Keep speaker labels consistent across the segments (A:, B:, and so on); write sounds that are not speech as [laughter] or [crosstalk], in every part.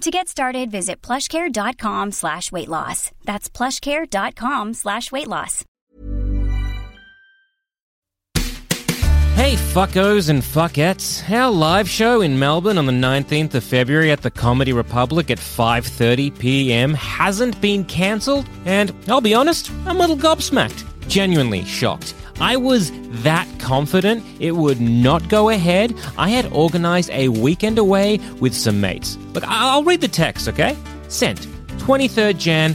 A: To get started, visit plushcare.com slash weight loss. That's plushcare.com slash weight loss.
B: Hey, fuckos and fuckettes. Our live show in Melbourne on the 19th of February at the Comedy Republic at 5:30 p.m. hasn't been cancelled, and I'll be honest, I'm a little gobsmacked. Genuinely shocked. I was that confident it would not go ahead. I had organized a weekend away with some mates. Look, I- I'll read the text, okay? Sent 23rd Jan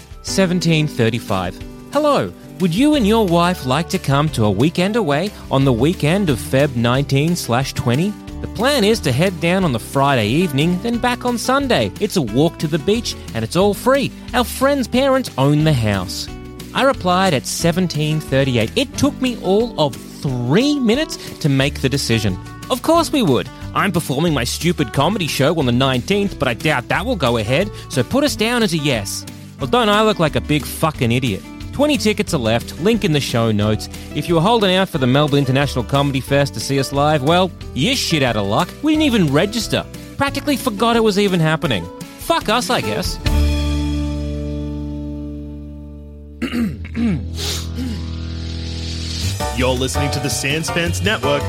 B: 1735. Hello. Would you and your wife like to come to a weekend away on the weekend of Feb 19 slash 20? The plan is to head down on the Friday evening, then back on Sunday. It's a walk to the beach and it's all free. Our friend's parents own the house. I replied at 1738. It took me all of three minutes to make the decision. Of course we would. I'm performing my stupid comedy show on the 19th, but I doubt that will go ahead, so put us down as a yes. Well, don't I look like a big fucking idiot? 20 tickets are left, link in the show notes. If you were holding out for the Melbourne International Comedy Fest to see us live, well, you're shit out of luck. We didn't even register. Practically forgot it was even happening. Fuck us, I guess.
C: You're listening to the Sandspans Network.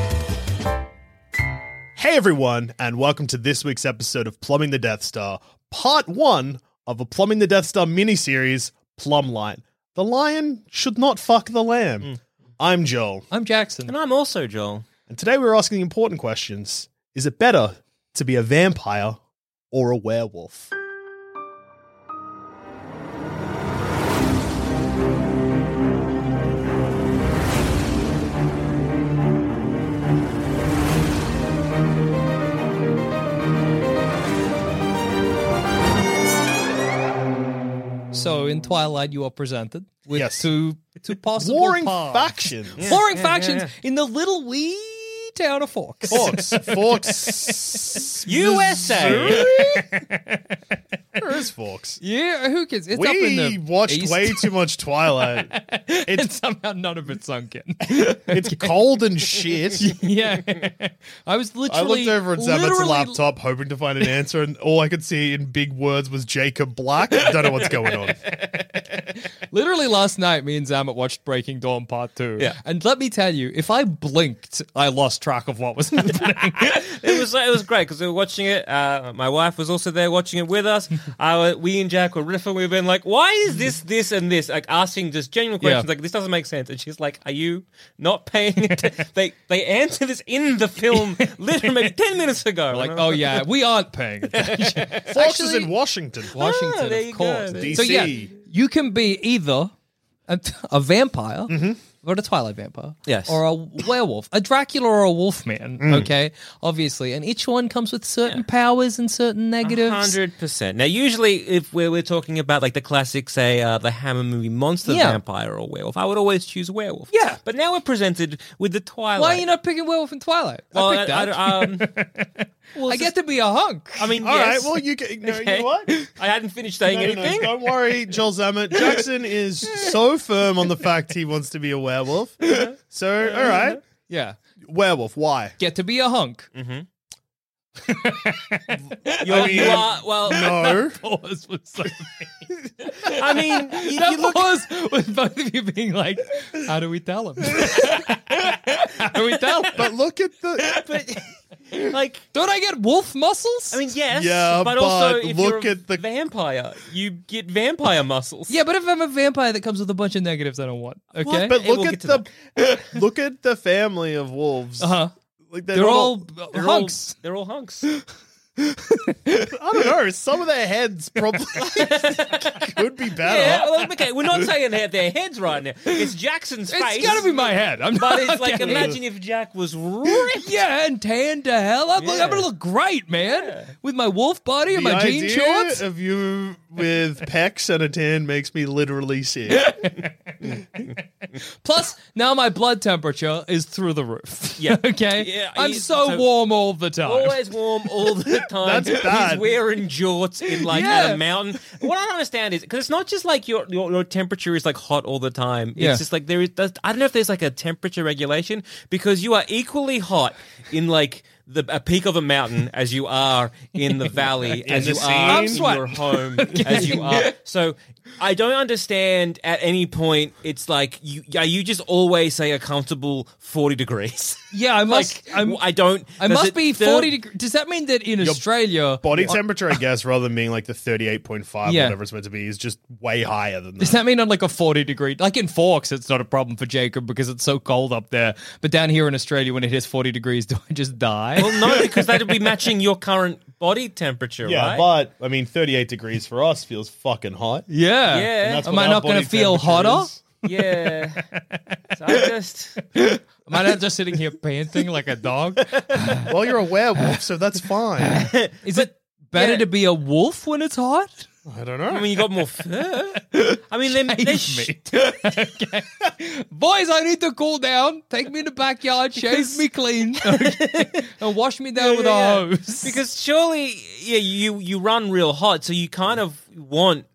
C: Hey everyone, and welcome to this week's episode of Plumbing the Death Star, part one of a Plumbing the Death Star miniseries, Plumline. The lion should not fuck the lamb.
D: Mm.
C: I'm Joel,
D: I'm Jackson.
B: And I'm also Joel.
C: and today we're asking important questions. Is it better to be a vampire or a werewolf?
D: So in Twilight, you are presented with
C: Yes.
D: two
C: [laughs]
D: two possible
C: Warring
D: paths. [laughs]
C: factions.
D: warring factions in the little wee town of Forks. [laughs]
C: Forks, forks,
B: USA!
C: Where is forks?
D: Yeah, who cares? It's
C: we
D: up in the
C: watched
D: east. [laughs]
C: way [laughs] too much Twilight.
D: and somehow none of it sunk in.
C: It's cold
B: [laughs]
C: and shit.
D: [laughs] yeah, I was
C: I
D: literally
C: looked over at Zabba's
D: literally-
C: laptop hoping to find an answer, and all I could see in big words was Jacob Black. I don't know what's going
B: [laughs]
C: on.
D: Literally last night, me and Zamet watched Breaking Dawn Part Two.
B: Yeah.
D: and let me tell you, if I blinked, I lost track of what
C: [laughs]
D: was happening.
B: It was it was great because we were watching it. Uh, my wife was also there watching it with
D: [laughs]
B: us. Uh, we and Jack were riffing. We've been like, "Why is this, this, and this?" Like asking just genuine questions.
D: Yeah.
B: Like this doesn't make sense. And she's like, "Are you not paying?" [laughs]
D: [laughs]
B: atten-" they they answer this in the film literally maybe ten minutes ago.
D: like,
B: And I'm
D: oh yeah, we aren't paying attention.
C: Fox is
D: Actually-
C: in Washington.
B: ah,
D: Washington,
B: there you
D: of course.
B: go.
D: So
C: DC.
D: yeah, you can be either a, a vampire or a Twilight vampire,
B: Mm-hmm. Yes. [coughs] Mm.
D: or a werewolf, a Dracula or a Wolfman. Okay, obviously, and each one comes with certain powers and certain "Oh, negatives.
B: Hundred percent. Now, usually, if we're, we're talking about like the classic, say uh, the Hammer movie monster
D: Yeah.
B: vampire or werewolf, I would always choose werewolf.
D: Yeah.
B: but now we're presented with the Twilight.
D: Why are you not picking werewolf and Twilight?
B: Well,
D: I picked that. I,
B: I, um, well, it's
D: get to be a hunk.
B: just- I
D: [laughs]
B: mean,
C: All right.
B: yes.
C: Well, you can. No,
B: Okay.
C: you know
B: [laughs]
C: what?
B: I hadn't finished saying
C: No, no, no,
B: anything.
C: don't worry, Joel Zammett. Jackson is so firm on the fact he wants to be a werewolf. So, all right,
D: yeah,
C: werewolf. Why?
D: get to be a hunk.
B: You are, you are well.
C: No.
D: Pause was so
B: I mean, you, [laughs] you
D: that
B: look.
D: pause with both of you being like,
B: [laughs]
D: [laughs] "How do we tell him? How do we tell him?"
C: But look at the.
B: [laughs] like
D: Don't I get wolf muscles?
B: I mean, yes,
C: Yeah,
B: but, also
C: but
B: if
C: look
B: you're a
C: at the-
B: vampire, you get vampire muscles.
D: yeah, but if I'm a vampire that comes with a bunch of negatives, I don't want. Okay,
C: But
B: Hey, we'll
C: look
B: get
C: at
B: to
C: the look at the family of wolves.
D: uh-huh.
C: Like
D: they're
C: not
D: all
B: they're
D: hunks.
B: All, they're all hunks.
C: I don't [laughs] know. Some of their heads probably [laughs] could be better.
B: yeah, well, okay, we're not saying they have their heads right now. It's Jackson's face.
D: It's gotta be my head. I'm
B: But
D: not [laughs]
B: it's like,
D: getting-
B: imagine if Jack was ripped.
D: Yeah, and tan to hell. I'm, look,
B: Yeah.
D: I'm gonna look great, man, with my wolf body and
C: the
D: my jean
C: idea
D: shorts.
C: of you with pecs and a tan makes me literally sick.
D: Plus, now my blood temperature is through the roof.
B: Yeah.
D: [laughs] okay.
B: Yeah,
D: I'm
B: he's-
D: so,
B: so-
D: warm all the time. [laughs]
B: Always warm all the time.
C: That's bad.
B: He's wearing jorts in like
D: Yeah.
B: a mountain. What I don't understand is because it's not just like your, your your temperature is like hot all the time.
D: Yeah.
B: It's just like there is. there's- I don't know if there's like a temperature regulation because you are equally hot in like the a peak of a mountain as you are in the
D: [laughs]
B: valley as
C: the
B: you are
C: scene.
B: in
D: I'm
B: your
D: [laughs]
B: home as you are. So I don't understand. At any point, it's like you yeah you just always say a comfortable forty degrees. [laughs]
D: Yeah, I
B: Like
D: must. I'm,
B: I don't.
D: I
B: does
D: must
B: it
D: be
B: feel-
D: forty degrees. Does that mean that in Australia,
C: Body temperature, I guess, rather than being like the 38.5,
D: Yeah.
C: whatever it's meant to be, is just way higher than
D: Does
C: that.
D: that mean on like a 40 degree? Like in Forks, it's not a problem for Jacob because it's so cold up there. But down here in Australia, when it hits 40 degrees, [laughs] do I just die?
B: Well, no, because that'd be matching your current body temperature,
C: yeah,
B: right?
C: but I mean, 38 degrees for us feels fucking hot.
D: yeah.
B: Yeah.
C: That's
D: Am
C: what
D: I
C: our
D: not going
C: body
D: to feel
C: temperature
D: hotter?
C: is.
B: yeah. So I just
D: Am I not just
B: [laughs]
D: sitting here panting like a dog?
C: Well, you're a werewolf, so that's
D: [laughs]
C: fine.
D: Is it better
B: yeah.
D: to be a wolf when it's hot?
C: I don't know.
B: I mean, you got more fur. I mean, them [laughs] they sh- [laughs]
D: Shave me. okay. Boys, I need to cool down. Take me in the
B: [laughs]
D: backyard, shave me clean, okay, and wash me down with
B: yeah,
D: a hose.
B: because surely, yeah, you you run real hot, so you kind of want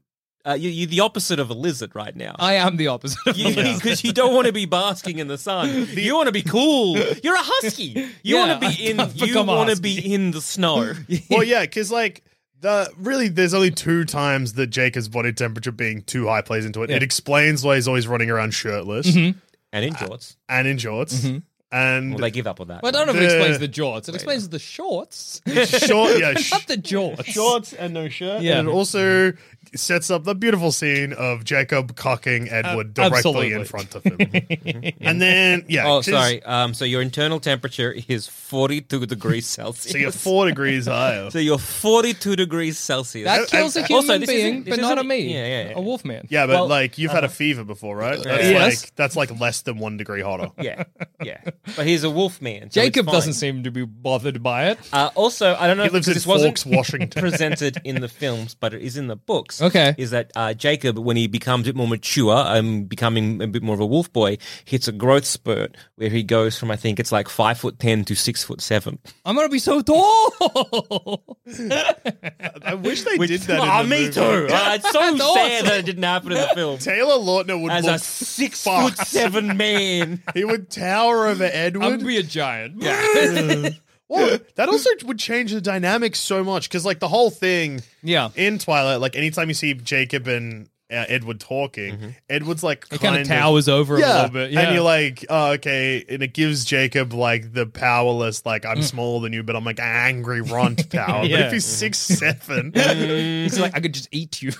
B: uh, you, you're the opposite of a lizard right now.
D: I am the opposite. of a lizard.
B: Because you don't want to be basking in the sun. You want to be cool. You're a husky. You
D: Yeah,
B: want to be in.
D: I've
B: You
D: become a
B: want to
D: husky.
B: be in the snow.
C: well, yeah, because like the really, there's only two times that Jacob's body temperature being too high plays into it. It explains why he's always running around shirtless
B: Mm-hmm. and in jorts.
C: and in shorts,
B: Mm-hmm.
C: and
B: Well, they give up on that.
D: Well, I don't know if it
C: The-
D: explains the jorts. It explains
B: [laughs]
D: the shorts,
C: short, yeah, sh-
D: not the jorts.
C: shorts and no shirt.
D: Yeah.
C: and it also sets up the beautiful scene of Jacob cocking Edward
D: Uh,
C: directly
D: absolutely.
C: in front of him,
B: [laughs]
C: and then yeah,
B: Oh,
C: 'cause-
B: sorry. Um, so your internal temperature is 42 degrees Celsius.
C: [laughs] So you're four degrees
B: [laughs]
C: higher.
B: So you're 42 degrees Celsius.
D: That kills a
B: also,
D: human
B: this
D: being,
B: isn't- this
D: but not a
B: isn't-
D: me.
B: yeah, yeah, yeah.
D: A wolf man.
C: Yeah, but
B: Well, uh-huh. Uh,
C: like you've had a fever before, right? That's
D: Yes.
C: like that's like less than one degree hotter.
B: yeah, yeah. But he's a wolf man. so it's
D: Jacob
B: fine.
D: doesn't seem to be bothered by it.
B: Uh, also, I don't know
C: He
B: if
C: lives in
B: this wasn't
C: Forks,
B: [laughs]
C: Washington. [laughs]
B: presented in the films, but it is in the books.
D: Okay.
B: Is that uh, Jacob, when he becomes a bit more mature and becoming a bit more of a wolf boy, hits a growth spurt where he goes from, I think it's like five foot 10 to six foot seven.
D: I'm gonna be
C: [laughs]
D: so tall.
C: I wish they did that.
B: Ah,
C: in the
B: me
C: movie.
B: too. Uh,
C: [laughs]
B: it's so sad
D: awesome.
B: that it didn't happen in the film.
C: Taylor Lautner would
B: as
C: look
B: a six
C: fucked.
B: foot seven man.
C: [laughs] He would tower over
D: I'm gonna
C: Edward.
D: be a giant.
C: Well, that also would change the dynamic so much because, like, the whole thing
D: [laughs] Yeah.
C: in Twilight, like, anytime you see Jacob and uh, Edward talking, Edward's like
D: Mm-hmm. It
C: kind
D: kind of towers over a
C: Yeah.
D: little bit. Yeah.
C: and you're like, oh, okay, and it gives Jacob like the powerless, like I'm smaller than you, but I'm like an angry
D: [laughs]
C: runt power. But
D: Mm. Yeah.
C: if he's six
D: [laughs]
C: seven,
D: He's like, I could just
C: [laughs]
D: eat you.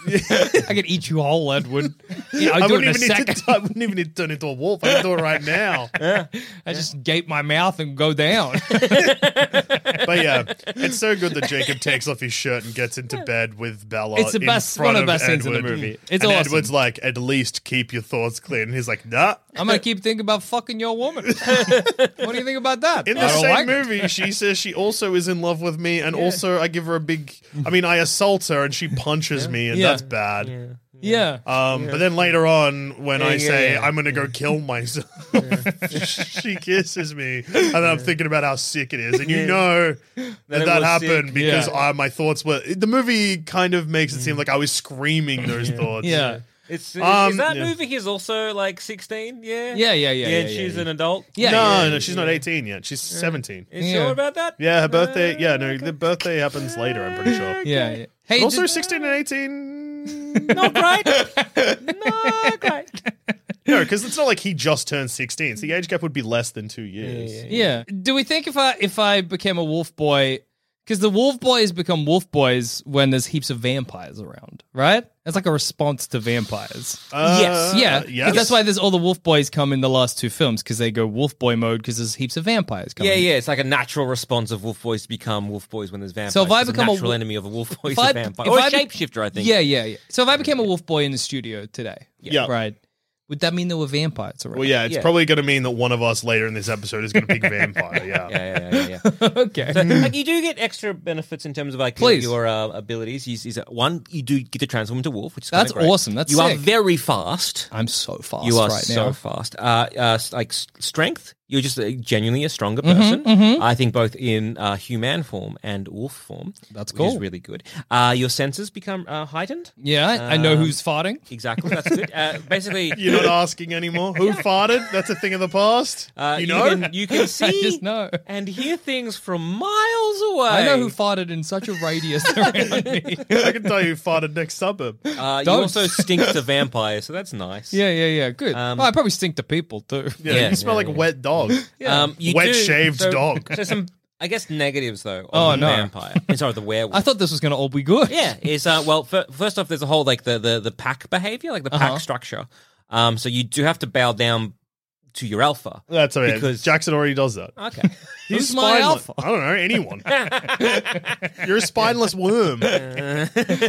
D: I could eat you whole, Edward. Yeah,
C: I
D: I'd do
C: wouldn't
D: it in a
C: even need
D: second.
C: to. [laughs] I wouldn't even need to turn into a wolf. I can do it right
D: [laughs]
C: now.
D: I just gape my mouth and go down.
C: But yeah, it's so good that Jacob takes off his shirt and gets into bed with Bella.
D: It's the
C: in
D: best-
C: front
D: one of the best scenes in the
C: Edward.
D: movie. It's
C: and
D: awesome.
C: Edward's like, at least keep your thoughts clean. And he's like, nah.
D: I'm gonna keep thinking about fucking
C: [laughs]
D: your woman. what do you think about that?
C: In
D: I
C: the
D: don't
C: same
D: like it.
C: movie, she says she also is in love with me, and also I give her a big. I mean, I assault her and she punches me, and
D: Yeah.
C: that's bad.
D: Yeah.
C: Um, But then later on, when I
B: yeah,
C: say
B: yeah.
C: I'm going to go kill myself, [laughs] she kisses me, and then I'm thinking about how sick it is, and you know that
B: it
C: that,
B: was
C: happened
B: sick.
C: because
D: Yeah.
C: I, my thoughts were. The movie kind of makes it seem like I was screaming those thoughts.
D: yeah.
B: It's,
C: Um,
B: is that
C: yeah.
B: movie? He's also like sixteen. Yeah,
D: Yeah, yeah, yeah,
B: Yeah,
D: yeah, yeah,
B: she's
D: yeah.
B: an adult.
D: Yeah.
C: no, no, she's not 18 yet. She's 17.
B: you
D: Yeah.
B: sure about that?
C: Yeah, her birthday. Yeah, no, the birthday happens later. I'm pretty
D: [laughs]
C: sure.
D: Yeah. yeah. Hey,
C: Also,
D: did-
C: 16 and 18.
B: [laughs] Not great. Not great.
C: No, because it's not like he just turned 16. So the age gap would be less than two years.
D: Yeah. Do we think if I if I became a wolf boy, because the wolf boys become wolf boys when there's heaps of vampires around, right? That's like a response to vampires.
C: Uh,
D: yeah. 'Cause
C: yes.
D: That's why there's all the wolf boys come in the last two films because they go wolf boy mode because there's heaps of vampires coming.
B: Yeah, yeah, it's like a natural response of wolf boys to become wolf boys when there's vampires.
D: So if I
B: 'cause
D: become a
B: a natural
D: wo-
B: enemy of a wolf boy,
D: If
B: is a
D: I-
B: vampire
D: if
B: or a
D: I be-
B: shapeshifter, I think.
D: Yeah, yeah, yeah. So if I became a wolf boy in the studio today,
C: Yeah.
D: right, would that mean there were vampires around?
C: Well, yeah, it's
B: Yeah.
C: probably going to mean that one of us later in this episode is going to pick vampire. Yeah.
B: yeah, yeah, yeah. yeah.
D: [laughs] okay.
B: So, like you do get extra benefits in terms of like your-
D: Please.
B: your uh, abilities. Is, is uh, one you do get to transform into wolf, which is
D: That's
B: kinda great.
D: awesome. That's
B: you are
D: sick.
B: very fast.
D: I'm so fast
B: you are
D: right
B: so
D: now.
B: fast. Uh, uh, s- like s- strength, you're just uh, genuinely a stronger
D: Mm-hmm,
B: person. I think both in uh, human form and wolf form.
D: That's
B: which
D: cool.
B: Is really good. Uh, your senses become uh, heightened.
D: Yeah, I
B: Um,
D: know who's farting.
B: Exactly. That's good.
D: [laughs]
B: Uh, basically,
C: You're not asking anymore. Who farted? That's a thing of the past.
B: uh,
C: you know?
B: can,
D: [laughs]
B: you can see
D: just know.
B: and hear things from miles away.
D: I know who farted in such a radius [laughs] around me.
C: [laughs] I can tell you who farted next suburb.
B: uh, you
D: Don't.
B: also stink to vampires, so that's nice.
D: Yeah, yeah, yeah. Good. oh, I probably stink to people too.
C: Um, Yeah,
B: Yeah,
C: you smell
B: yeah,
C: like
B: yeah.
C: wet dog.
B: Um, you
C: wet
B: do-
C: shaved
B: so-
C: dog.
B: [laughs] So some, I guess, negatives though. Of
D: Oh,
B: the
D: no.
B: vampire.
D: [laughs]
B: Sorry, the werewolf.
D: [laughs] I thought this was going to all be good.
B: Yeah, is uh, well, f- first off, there's a whole like the the, the pack behavior, like the pack
D: Uh-huh.
B: structure. Um, so you do have to bow down to your alpha.
C: That's all right.
B: Because-
C: Jackson already does that.
D: [laughs]
B: Okay,
C: He's
D: Who's my
C: spineless.
D: alpha?
C: I don't
B: [laughs]
C: know anyone. You're a spineless worm.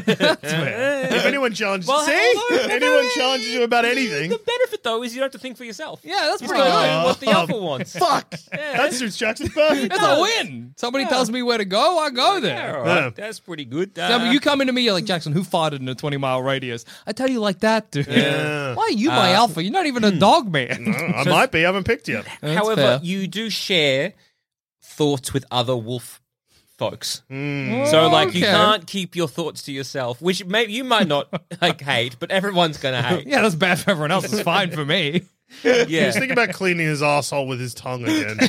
C: if anyone challenges,
B: Well,
C: see,
B: hello.
C: anyone challenges you about anything,
B: the benefit though is you don't have to think for yourself.
D: [laughs] Yeah, Uh-huh. that's
B: you
D: pretty
B: just gotta
D: good.
B: do what the
C: Oh,
D: [laughs]
B: alpha wants.
C: [laughs] fuck,
B: Yeah.
C: that suits Jackson perfect.
D: That's a win. Somebody tells me where to go, I go
B: Yeah, all
D: there.
B: right.
C: Yeah.
B: That's pretty good.
D: Now, but
B: Uh,
D: you come into me, you're like, Jackson, who farted in a 20 mile radius? I tell you like that, dude.
C: Yeah.
D: [laughs]
C: Uh, hmm.
D: Why are you my alpha? You're not even a dog man.
C: I might be. I haven't
B: [laughs]
C: picked you.
D: That's
B: however,
D: fair.
B: you do share thoughts with other wolf folks.
C: Mm.
B: So like you
D: Hmm. Okay.
B: can't keep your thoughts to yourself, which may, you might
D: [laughs]
B: not like hate, but everyone's gonna hate.
D: [laughs] Yeah, that's bad for everyone else. It's fine for me. [laughs]
C: He
B: Yeah.
C: was thinking about cleaning his asshole with his tongue
B: [laughs]
C: again.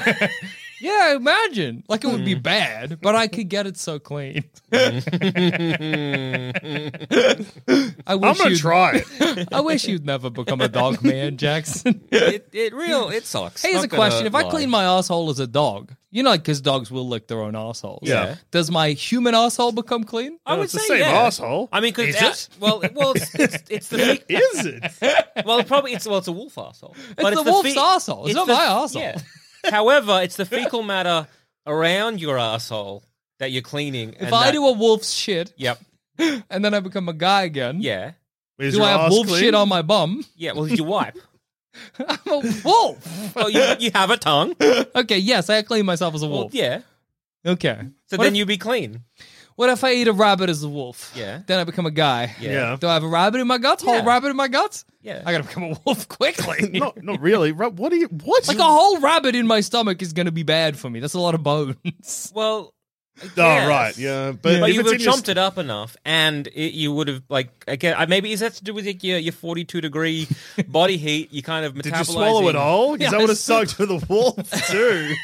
D: Yeah, imagine. Like it would
C: Hmm.
D: be bad, but I could get it so clean. [laughs]
C: [laughs]
D: I
C: I'm
D: wish
C: gonna
D: you.
C: try it.
D: I wish you'd never become a dog man, Jackson.
B: it, it real it sucks.
D: Here's
B: Not
D: a question: If
B: gonna
D: I
B: lie.
D: clean my asshole as a dog, you know, because dogs will lick their own assholes.
C: Yeah.
D: Does my human asshole become clean?
B: I
C: No,
B: would
C: it's the
B: say
C: same
B: yeah.
C: asshole.
B: I mean, because
C: Is
B: it's,
C: it?
B: well, it- well, it's,
D: [laughs]
B: it's, it's the fe-
C: Is
B: [laughs]
C: it?
B: well, it probably it's well, it's a wolf asshole. But
D: the wolf's asshole. It's not my asshole. [laughs]
B: yeah. However, it's the fecal matter around your asshole that you're cleaning.
D: If I do a wolf's shit
B: yep,
D: [laughs] and then I become a guy again,
B: yeah,
C: Is
D: do
C: your
D: I have
C: ass
D: wolf
C: clean?
D: shit on my bum? [laughs]
B: yeah. Well, did you wipe?
D: I'm a wolf.
B: well, you, you have a tongue.
D: okay, yes, I clean myself as a
B: Well,
D: wolf.
B: yeah.
D: Okay.
B: So
D: what
B: then
D: if,
B: you'd be clean.
D: what if I eat a rabbit as a wolf?
B: Yeah.
D: Then I become a guy.
B: Yeah.
C: Yeah.
D: Do I have a rabbit in my guts? Whole
B: Yeah.
D: rabbit in my guts?
B: Yeah.
D: I gotta become a wolf [laughs]
C: [laughs]
D: quickly.
C: No, not really. Ru- What are you? What?
D: Like a whole rabbit in my stomach is gonna be bad for me. That's a lot of bones. [laughs]
B: Well. I
C: Oh,
B: guess.
C: right. Yeah, but,
B: But
C: if
B: you
C: it's
B: would have
C: in your
B: chomped it up enough, and it, you would have like again. I- Maybe is that to do with like, your your forty two
C: [laughs]
B: degree body heat? You kind of metabolizing.
C: Did you swallow
B: [laughs]
C: it all? Because
D: Yeah,
C: that would
D: I
C: have sucked to the wolf
D: [laughs]
C: too.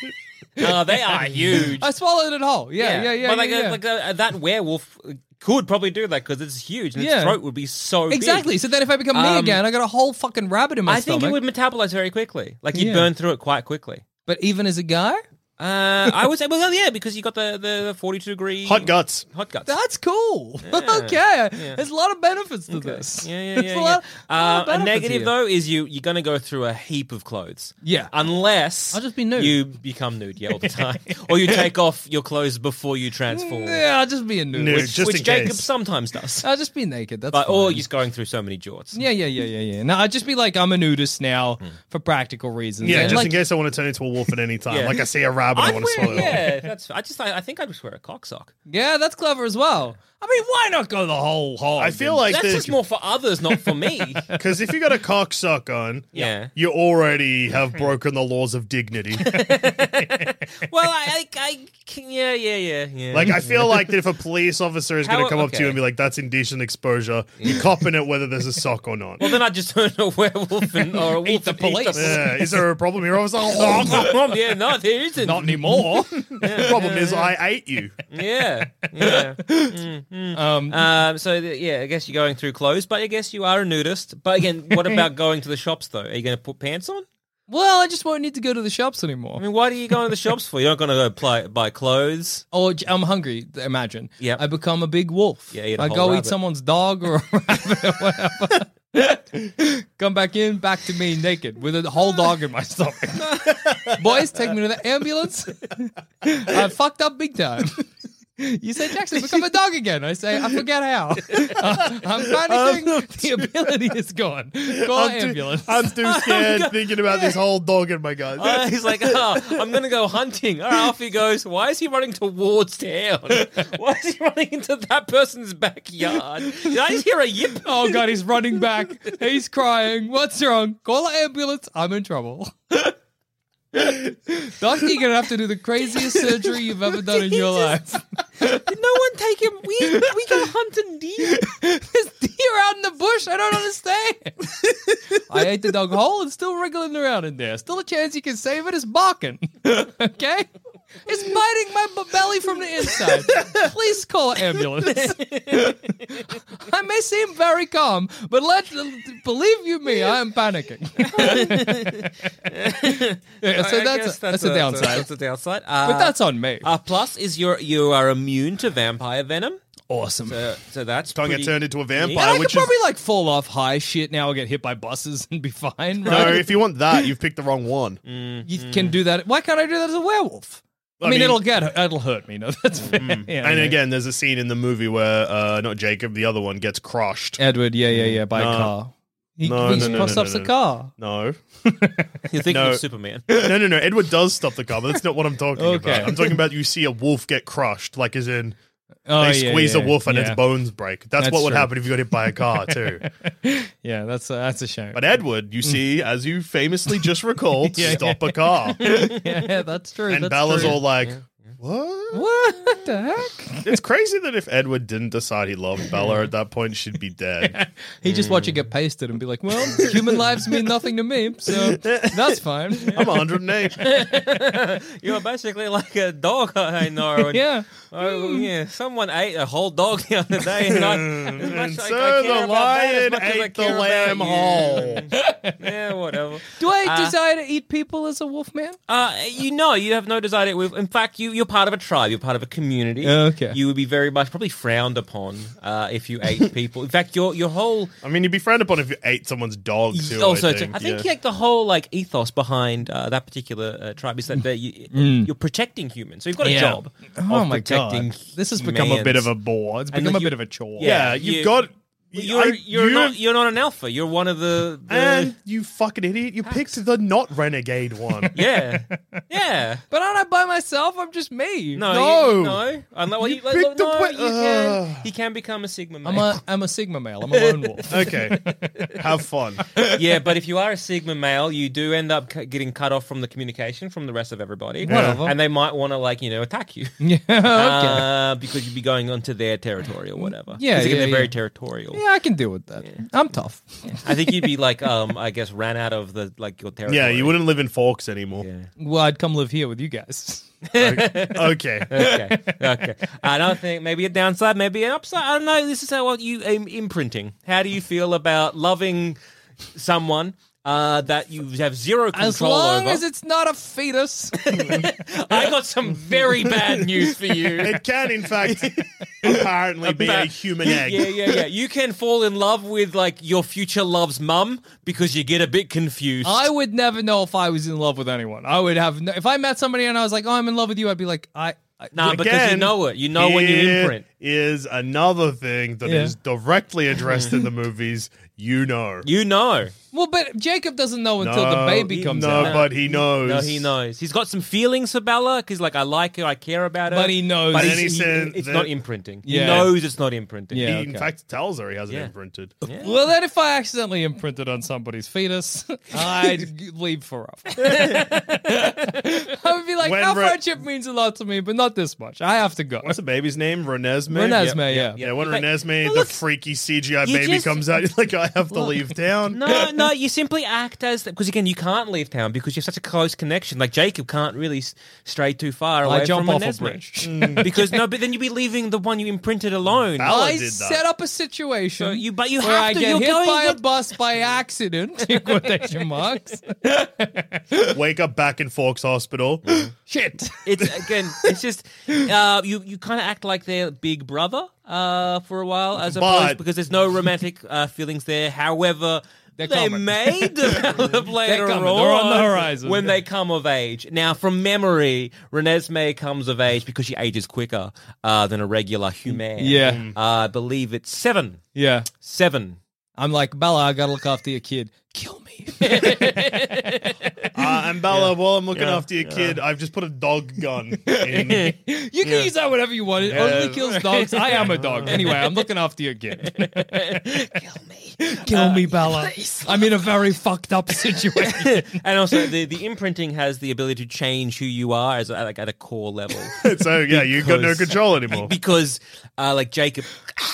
B: No, Oh, they are huge.
C: [laughs]
D: I swallowed it whole. Yeah, yeah, yeah.
B: But like,
D: yeah,
B: a-
D: yeah.
B: like a, that werewolf could probably do that because it's huge and its
D: Yeah.
B: throat would be so big.
D: Exactly. So then if I become me
B: Um,
D: again, I got a whole fucking rabbit in my
B: I
D: stomach.
B: think it would metabolize very quickly. Like you'd
D: Yeah.
B: burn through it quite quickly.
D: But even as a guy,
B: Uh, I would say, well, yeah, because you got the, the, the forty two degree
C: Hot guts. Ah,
B: Hot guts.
D: that's cool. [laughs] okay. There's a lot of benefits to this.
B: Yeah, yeah,
D: There's
B: yeah.
D: a lot,
B: yeah. Uh,
D: lot of
B: a
D: benefits
B: negative
D: here.
B: though is you you're gonna go through a heap of clothes.
D: Yeah.
B: Unless
D: I'll just be nude.
B: You become nude, yeah, all the
D: [laughs]
B: time. or you take off your clothes before you transform.
D: Yeah, I'll just be a nude.
C: Nude.
D: Which-
C: Just
B: which
C: in
B: Jacob
C: case.
B: sometimes does.
D: I'll just be naked. That's
B: But oh,
D: fine.
B: or you're just going through so many jorts.
D: Yeah, yeah, yeah, yeah, yeah. No, I'd just be like, I'm a nudist now
B: Hmm.
D: for practical reasons.
C: Yeah,
D: And,
C: just
D: like,
C: in case I want to turn into a wolf at any time.
B: Yeah.
C: Like I see a rabbit, I
B: I'd
C: want to
B: wear-
C: swallow it. all.
B: yeah, that's. I just. I, I think I'd just wear a cocksock.
D: Yeah, that's clever as well. I mean, why not go the whole hog?
C: I feel like
B: That's
C: this
B: just
C: [laughs]
B: more for others, not for
D: [laughs]
B: me.
C: because if you got a cock suck on,
B: [laughs] Yeah.
C: you already have broken the laws of
B: [laughs]
C: dignity.
B: well, I, I, I can- yeah, yeah, yeah, yeah.
C: like I feel like that if a police officer is going
B: How-
C: to come up to
B: okay.
C: you and be like, "That's indecent exposure," you're copping it whether there's a sock or not.
B: well, [laughs] then I would just turn a werewolf and, or a wolf
D: Eat the
B: and [laughs]
C: [laughs]
D: police.
C: yeah, is there a [laughs] problem here, officer?
B: [laughs] yeah, no, there isn't.
D: not anymore.
C: The problem is I ate you. [laughs]
B: Yeah. Yeah.
D: Um,
B: Um, so th- yeah, I guess you're going through clothes, but I guess you are a nudist. But again, what
D: [laughs]
B: about going to the shops though? Are you going to put pants on?
D: well, I just won't need to go to the shops
B: I
D: anymore.
B: mean, what are you going to the shops for? You're not going to go play, buy
D: [laughs]
B: clothes.
D: Or j- I'm hungry. Imagine.
B: Yep.
D: I become a big wolf.
B: Yeah, eat a
D: I
B: whole
D: go
B: rabbit.
D: eat someone's dog or a [laughs] rabbit or whatever. [laughs] Come back in, back to me naked with a whole dog in my
B: [laughs]
D: stomach. Boys, take me to the ambulance. [laughs] I fucked up big time. [laughs] You say Jackson, become a dog again. I say I forget how. [laughs] Uh, I'm panicking. [laughs] the ability is gone. Call ambulance. Oh
C: Too, I'm
D: [laughs]
C: too scared thinking about this whole dog in my gut.
B: Uh, he's
C: [laughs]
B: like, oh, I'm going to go hunting. All right, off he goes. Why is he running towards
D: [laughs]
B: town? Why is he running into that person's backyard? Did I just hear a yip?
D: Oh god, he's running back. He's crying. What's wrong? Call an ambulance. I'm in trouble. [laughs] Doctor, you're gonna have to do the craziest surgery you've ever done in your life.
B: Did no one take him? We we go hunting deer.
D: There's deer out in the bush. I don't understand. I ate the dog whole and still wriggling around in there. Still a chance you can save it. It's barking. Okay? It's biting my b- belly from the inside. Please call an ambulance. [laughs] I may seem very calm, but let believe you me, I am [laughs] panicking. yeah, so
B: I
D: that's,
B: guess
D: a, that's, a Ah. downside.
B: That's a downside. Uh,
D: but that's on me.
B: uh, plus is you're you are immune to vampire venom.
D: awesome.
B: So, so that's
C: Don't
B: pretty-
C: get turned into a
D: and
C: vampire,
D: I could
C: which is
D: probably like fall off high shit now. I'll get hit by buses and be [laughs] fine.
C: no.
D: Right?
C: If you want that, you've picked the wrong one.
D: You can do that. Why can't I do that as a werewolf? I,
C: I
D: mean,
C: mean- Mm-hmm.
D: it'll get it'll hurt me. [laughs] No, that's fair. Yeah,
C: and
D: yeah.
C: again, there's a scene in the movie where uh, not Jacob, the other one, gets crushed.
D: Edward, yeah, yeah, yeah, by
C: No.
D: a car. He,
C: No,
D: he
C: no, no,
D: cross
C: no,
D: ups
C: no,
D: a
C: no.
D: car.
C: No,
B: You're thinking
C: No.
B: of Superman.
C: no, no, no. Edward does stop the car, but that's not what I'm talking
D: Okay.
C: about. I'm talking about you see a wolf get crushed, like as in
D: Oh,
C: they
D: yeah,
C: squeeze
D: yeah,
C: a wolf and
D: yeah.
C: its bones break. That's,
D: That's
C: what would
D: true.
C: happen if you got hit by a
D: [laughs]
C: car too.
D: Yeah, that's a, that's a shame.
C: but Edward, you see, as you famously just recalled,
D: Mm. [laughs] Yeah.
C: stop a car,
D: [laughs] yeah, that's true.
C: and
D: that's
C: Bella's
D: true.
C: all like, "What?"
D: [laughs] what the heck?
C: It's crazy that if Edward didn't decide he loved Bella at that point, she'd be dead.
D: He just watch it get pasted and be like,
C: [laughs]
D: well, human lives mean nothing to me, so
C: [laughs]
D: that's fine.
C: I'm 108.
B: You're basically like a dog
D: [laughs]
B: I know. And,
D: Yeah.
B: Oh, yeah. Someone ate a whole dog the other day. And, I, as much
C: And
B: I- I
C: so
B: care
C: the
B: about that as
C: lion
B: much as I
C: ate the
B: care about
C: lamb
B: you.
C: whole.
B: [laughs] Yeah, whatever.
D: Do I desire to eat people as a wolf man?
B: Uh, you know, you have no desire to. In fact, you, you're part of a tribe. You're part of a community.
D: Okay.
B: You would be very much probably frowned upon uh, if you
D: [laughs]
B: ate people. In fact, your your whole
C: I mean, you'd be frowned upon if you ate someone's dog too.
B: also,
C: I
B: too-
C: think,
B: I think
C: yeah.
B: like the whole like ethos behind uh, that particular uh, tribe is that they're- you, you're protecting humans. So you've got a
D: Mm. Yeah.
B: job.
D: Oh
B: of
D: my
B: protecting
D: god. This has become a bit
B: humans.
D: of a bore. It's
B: And
D: become
B: that
D: a
B: you-
D: bit of a chore.
C: yeah,
B: yeah,
C: you've
B: you-
C: got.
B: You're,
C: I-
B: you're not you're not an alpha. You're one of the, the
C: and you fucking idiot! You picked the not renegade one.
B: [laughs] yeah yeah.
D: But aren't I by myself? I'm just me.
B: No,
C: No.
B: you, no. Unless, well, you,
C: You picked the
B: no,
C: wa-
B: you can.
C: Ugh.
B: He can become a sigma male.
D: I'm a I'm a sigma male. I'm a
C: [laughs]
D: lone wolf.
C: Okay,
B: [laughs]
C: have fun.
B: yeah, but if you are a sigma male, you do end up cu- getting cut off from the communication from the rest of everybody.
D: Whatever.
B: And they might want to like you know attack you.
D: yeah. Okay.
B: Uh, because you'd be going onto their territory or whatever.
D: Yeah,
B: 'Cause again,
D: yeah,
B: they're very
D: yeah.
B: territorial.
D: yeah, I can deal with that. I'm tough.
B: I think you'd be like, um, I guess, ran out of the like your territory.
C: Yeah, you wouldn't live in Forks anymore.
D: Well, I'd come live here with you guys.
C: Okay,
B: [laughs] Okay, okay. I don't think maybe a downside, maybe an upside. I don't know. This is how what you um, imprinting. How do you feel about loving someone? Uh, that you have zero control
D: As long
B: over.
D: as it's not a fetus.
B: I got some very bad news for you.
C: it can in
B: [laughs]
C: fact apparently be a
B: Appa-
C: human
B: Yeah,
C: egg.
B: yeah, yeah. You can fall in love with like your future love's mum because you get a bit confused.
D: I would never know if I was in love with anyone. I would have no, if I met somebody and I was like, "Oh, I'm in love with you," I'd be like, "I." I
B: nah, because you
C: Again,
B: know it. You know when you
C: here
B: imprint.
C: is another thing that is
D: Yeah.
C: directly
B: [laughs]
C: addressed in the movies. You know,
B: You know.
D: well, but Jacob doesn't know until the baby
C: he-
D: comes
C: no,
D: out.
C: but he knows.
B: No, he knows. He's got some feelings for Bella because, like, I like her, I care about her.
D: But he knows.
C: But
B: But
C: then
B: he's-
C: he
B: he-
C: said
B: it's
C: that-
B: not imprinting. He
D: Yeah.
B: knows it's not imprinting.
D: Yeah.
C: He
D: okay.
C: in fact tells her he hasn't
B: Yeah.
C: imprinted.
D: Well, then if I accidentally imprinted on somebody's
B: [laughs]
D: fetus, I'd g- leave forever. I would be like,
C: When
D: our
C: re-
D: friendship means a lot to me, but not this much. I have to go. [laughs]
C: What's the baby's name? Renez Renesmee.
D: Renesmee, yeah.
C: Yeah, when
B: Like,
C: Renesmee,
B: well,
C: the
B: look,
C: freaky CGI
B: you
C: baby
B: just-
C: comes out, [laughs] you're like, I have to leave town.
B: No,
D: [laughs]
B: no, you simply act as because again you can't leave town because you have such a close connection. Like Jacob can't really s- stray too far away
D: jump
B: from Mm.
D: off a
B: Renesmee.
D: bridge. [laughs]
B: because no, but then you'd be leaving the one you imprinted alone.
C: Valid. Well, I
D: I
C: did that.
D: set up a situation.
B: So you- but you
D: where
B: have
D: I
B: to,
D: get
B: you're
D: hit
B: going
D: by a
B: to-
D: bus by accident. [laughs] in
B: [laughs]
D: quotation marks.
C: Wake up back in Forks Hospital.
B: Mm-hmm.
D: Shit.
B: It's again, it's just uh, you you kind of act like their big brother uh, for a while, as
C: But-
B: opposed because there's no romantic uh, feelings there. However.
D: They're
B: they
D: coming.
B: may
D: [laughs]
B: develop later
D: coming.
B: on,
D: They're on the horizon.
B: when they come of age. Now, from memory, Renesmee comes of age because she ages quicker uh, than a regular human.
D: Yeah.
B: uh, I believe it's seven.
D: Yeah.
B: Seven.
D: I'm like, Bella, I gotta look after your kid. Kill
B: [laughs]
D: me.
C: Uh, and Bella, while I'm looking after your kid, I've just put a dog
B: [laughs]
C: gun in. [laughs]
D: You can use that whatever you want. It only kills dogs. I am
B: [laughs]
D: a dog. Anyway, I'm looking after your kid. Kill me. Kill
B: Uh,
D: me, Bella. I'm in a very fucked up situation.
B: [laughs] and also, the, the imprinting has the ability to change who you are as a, like at a core level.
C: so, yeah, you've got no
B: Because-
C: control anymore.
B: because uh, like Jacob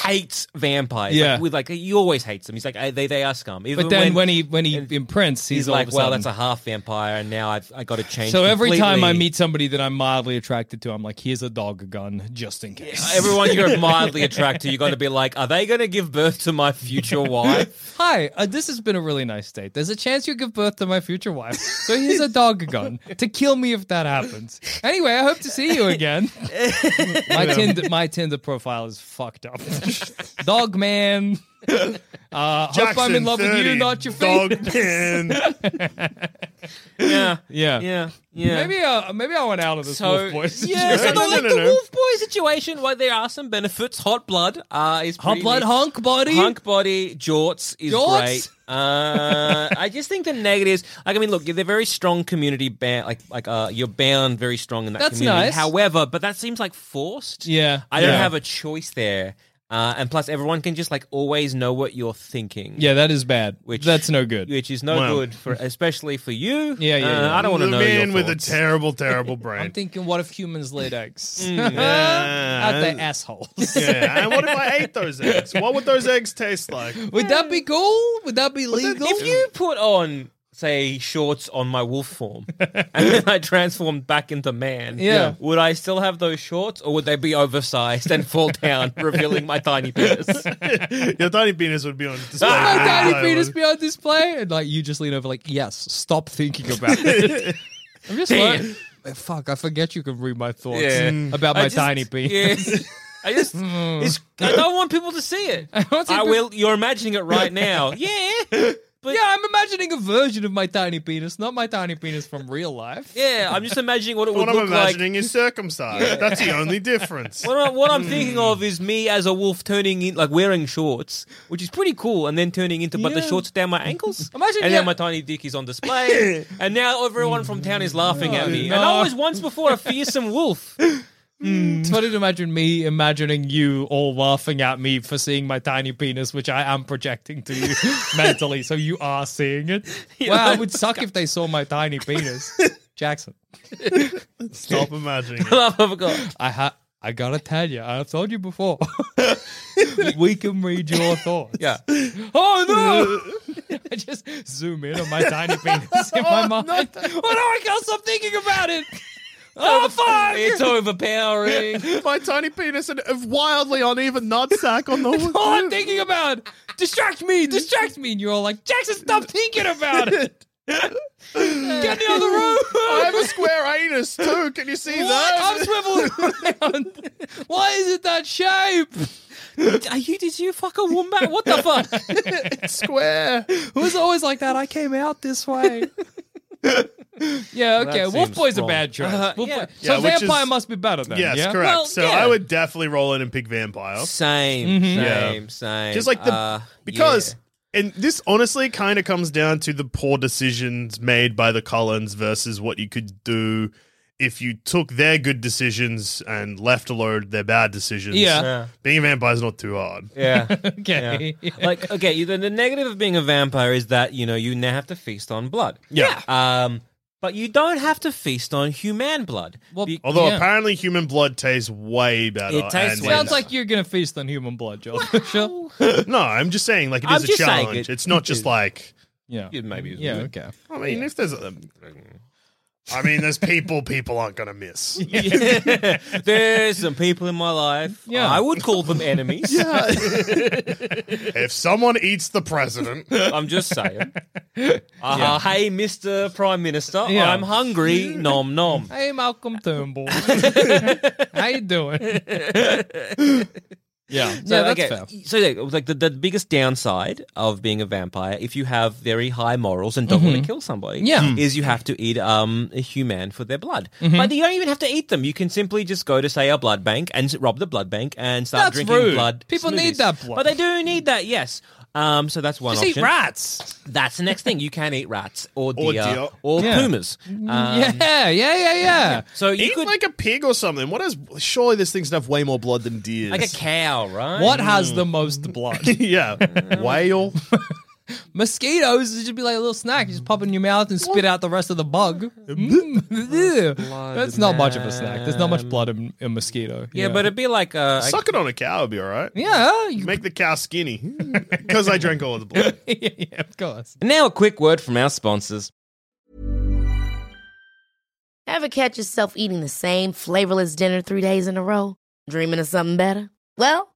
B: hates vampires.
D: Yeah.
B: like, with like he always hates them. He's like "I- they they are scum. Even
D: but then when he when he
B: and
D: imprints, he's,
B: he's
D: all
B: like,
D: of a
B: well,
D: sudden-
B: that's a half vampire, and now I've I got to change.
D: So every time I
B: completely."
D: meet somebody that I'm mildly attracted to, I'm like, here's a dog gun just in case.
B: Everyone
D: [laughs]
B: you're mildly attracted to, you're going to be like, are they going to give birth to my
D: [laughs]
B: future wife?
D: Hi, uh, this has been a really nice date. There's a chance you give birth to my future wife. So here's a dog
C: [laughs]
D: gun to kill me if that happens. Anyway, I hope to see
C: [laughs]
D: you again. My Tinder, my Tinder profile is
C: [laughs]
D: fucked up. dog man. Uh, hope I'm
C: Jackson
D: in love with you,
C: 30,
D: not your
C: dog [laughs]
D: feet.
C: man.
B: Yeah,
D: Yeah.
B: yeah, yeah.
D: Maybe, uh, maybe I went out of this
B: So
D: wolf boy
B: yeah,
D: [laughs]
B: so
D: situation.
B: the,
C: No, no,
B: like
C: no,
B: the
C: no.
B: wolf boy situation, while there are some benefits, hot blood uh, is
D: Hot
B: pretty
D: blood,
B: neat.
D: honk body.
B: Hunk body, jorts is
D: Jorts?
B: great. Uh, I just think the negatives. Like, I mean, look, they're very strong community bound. Like, like uh, you're bound very strong in that
D: That's
B: community.
D: nice.
B: However, but that seems like forced.
D: Yeah.
B: I don't
C: Yeah.
B: have a choice there. Uh, and plus, everyone can just like always know what you're thinking.
D: Yeah, that is bad.
B: Which-
D: That's no good.
B: which is no
C: Wow.
B: good for, especially for you.
D: Yeah, yeah,
B: Uh,
D: yeah.
B: I don't want to
C: the
B: know
C: man
B: your
C: with a
B: thoughts.
C: terrible, terrible
D: I'm [laughs]
C: brain.
D: thinking, what if humans
B: [laughs]
D: laid eggs?
B: Mm,
C: Yeah.
D: Out their assholes.
C: yeah, and what if I ate those eggs? What would those eggs taste like?
D: [laughs] Would that be cool? Would that be legal?
B: If you put on, say, shorts on my wolf form, and then I transformed back into man,
D: Yeah.
B: would I still have those shorts, or would they be oversized and fall down, [laughs] revealing my tiny
D: [laughs]
B: penis?
C: Your tiny penis would be on display.
D: my
B: Ah,
D: daddy
C: I
D: Ah, penis
C: would-
D: be on display, and like you just lean over, like, yes, stop thinking about it.
B: [laughs]
D: I'm just
B: Damn.
D: like, fuck, I forget you can read my thoughts Mm.
B: Yeah.
D: about
B: I
D: my
B: just-
D: tiny penis. [laughs]
B: Yeah.
D: Hmm.
B: I just, it's, I don't want people to see
D: [laughs]
B: it. I,
D: don't think
B: will. You're imagining it right now. Yeah. But
D: Yeah, I'm imagining a version of my tiny penis, not my tiny penis from real life.
B: yeah, I'm just imagining what it would
C: What I'm
B: look like.
C: imagining is circumcised. That's the only difference.
B: What I'm, what I'm thinking of is me as a wolf turning in, like wearing shorts, which is pretty cool, and then turning into, but the
D: Yeah.
B: shorts are down my ankles.
D: Imagine,
B: and
D: yeah.
B: now my tiny dick is on display, and now everyone from town is laughing at me. And
D: No.
B: I was once before a fearsome wolf.
D: It's funny to imagine me imagining you all laughing at me for seeing my tiny penis, which I am projecting to [laughs] you mentally, so you are seeing it. Wow, it would suck if they saw my tiny [laughs] penis. Jackson,
C: Stop imagining. It.
B: I forgot.
D: I ha- I gotta tell you, I've told you [laughs] before. we can read your thoughts.
B: [laughs] Yeah.
D: Oh no! I [laughs] just zoom in on my tiny penis in my mind. [laughs] oh no! I can't stop thinking about [laughs] it. Oh fuck!
B: It's overpowering.
C: My tiny penis and a wildly uneven nutsack on the.
D: all Oh, I'm thinking about. Distract me, distract me. And you're all like, Jackson, stop thinking about it. [laughs] Get me on
C: [laughs]
D: the
C: I
D: road.
C: have a square anus too. Can you see
D: I'm
C: that?
D: swiveling around. [laughs] Why is it that shape?
B: [laughs] Are you? Did you fuck a wombat? What the fuck?
C: [laughs] It's square.
D: It was always like that. I came out this [laughs] way. yeah, okay.
B: that
D: Wolf
B: seems
D: Boy's a
B: wrong.
D: bad choice.
B: Uh,
D: Wolf
B: yeah.
D: Boy- So
C: Yeah, which
D: vampire
C: is-
D: must be better then.
C: Yes,
D: yeah?
C: correct.
B: Well,
C: so
B: yeah.
C: I would definitely roll in and pick vampire.
B: Same,
C: Yeah.
B: same, same.
C: Just like the
B: Uh,
C: because
B: yeah.
C: and this honestly kind of comes down to the poor decisions made by the Collins versus what you could do if you took their good decisions and left alone their bad decisions.
D: Yeah.
C: Being a vampire is not too hard.
B: yeah.
D: Okay.
B: Yeah. Like, okay, you- the, the negative of being a vampire is that you know you now have to feast on blood.
C: Yeah.
B: Um, But you don't have to feast on human blood.
D: [laughs] Well,
B: Be-
C: Although
D: Yeah.
C: apparently human blood tastes way better.
B: It tastes
C: and
B: way
D: Sounds
C: it's-
D: like you're gonna feast on human blood, Joel. [laughs] Sure.
C: No, I'm just saying, like, it
B: I'm
C: is a
B: just saying
C: challenge.
B: it-
C: it's not just like.
D: Yeah.
B: Yeah, maybe it's [laughs]
D: Yeah.
B: good.
D: Okay.
C: I mean, if there's. A, I mean,
B: [laughs]
C: there's people people aren't going to miss.
B: There's some people in my life.
D: Yeah.
B: I would call them enemies. yeah.
C: if someone eats the president,
B: [laughs] I'm just saying. Uh, Hey, Mr. Prime Minister,
D: Yeah.
B: I'm hungry. Nom nom.
D: Hey, Malcolm [laughs] Turnbull. How you doing?
B: Yeah. So,
D: Yeah, that's
B: okay,
D: fair.
B: So yeah, like the, the biggest downside of being a vampire, if you have very high morals and don't want to kill somebody,
D: Mm-hmm. Yeah.
C: Hmm.
D: Mm-hmm. Mm.
B: is you have to eat um a human for their blood. But you don't even have to eat them. You can simply just go to say a blood bank and s- rob the blood bank and start
D: That's
B: drinking
D: rude.
B: blood.
D: People need
B: smoothies.
D: that blood.
B: but they do need that. Yes. Um, so that's one
D: Just eat
B: option.
D: rats.
B: That's the next thing. You can eat rats or
C: Or
B: deer or,
C: deer.
D: Yeah.
B: pumas. Um,
D: Mm, yeah, yeah, yeah, yeah.
B: So you
C: eat
B: could
C: like a pig or something. What is. Surely this thing's going to have way more blood than deers. [laughs]
B: like a cow, right?
D: What has
C: Mm.
D: the most [laughs] blood?
B: Mm.
C: yeah. Whale.
D: Mosquitoes it should be like a little snack. You just pop it in your mouth and spit out the rest of the
C: [laughs]
D: bug. [laughs] Mm. That's not much of a snack. There's not much blood in a mosquito.
B: Yeah, but it'd be [laughs] like uh, a
C: Suck it on a cow would be all right.
D: yeah, you,
C: Make the cow skinny. Because I drank all of the blood.
D: yeah, [laughs] yeah, of course.
B: And Now, a quick word from our sponsors.
E: Ever catch yourself eating the same flavorless dinner three days in a row? Dreaming of something better? Well,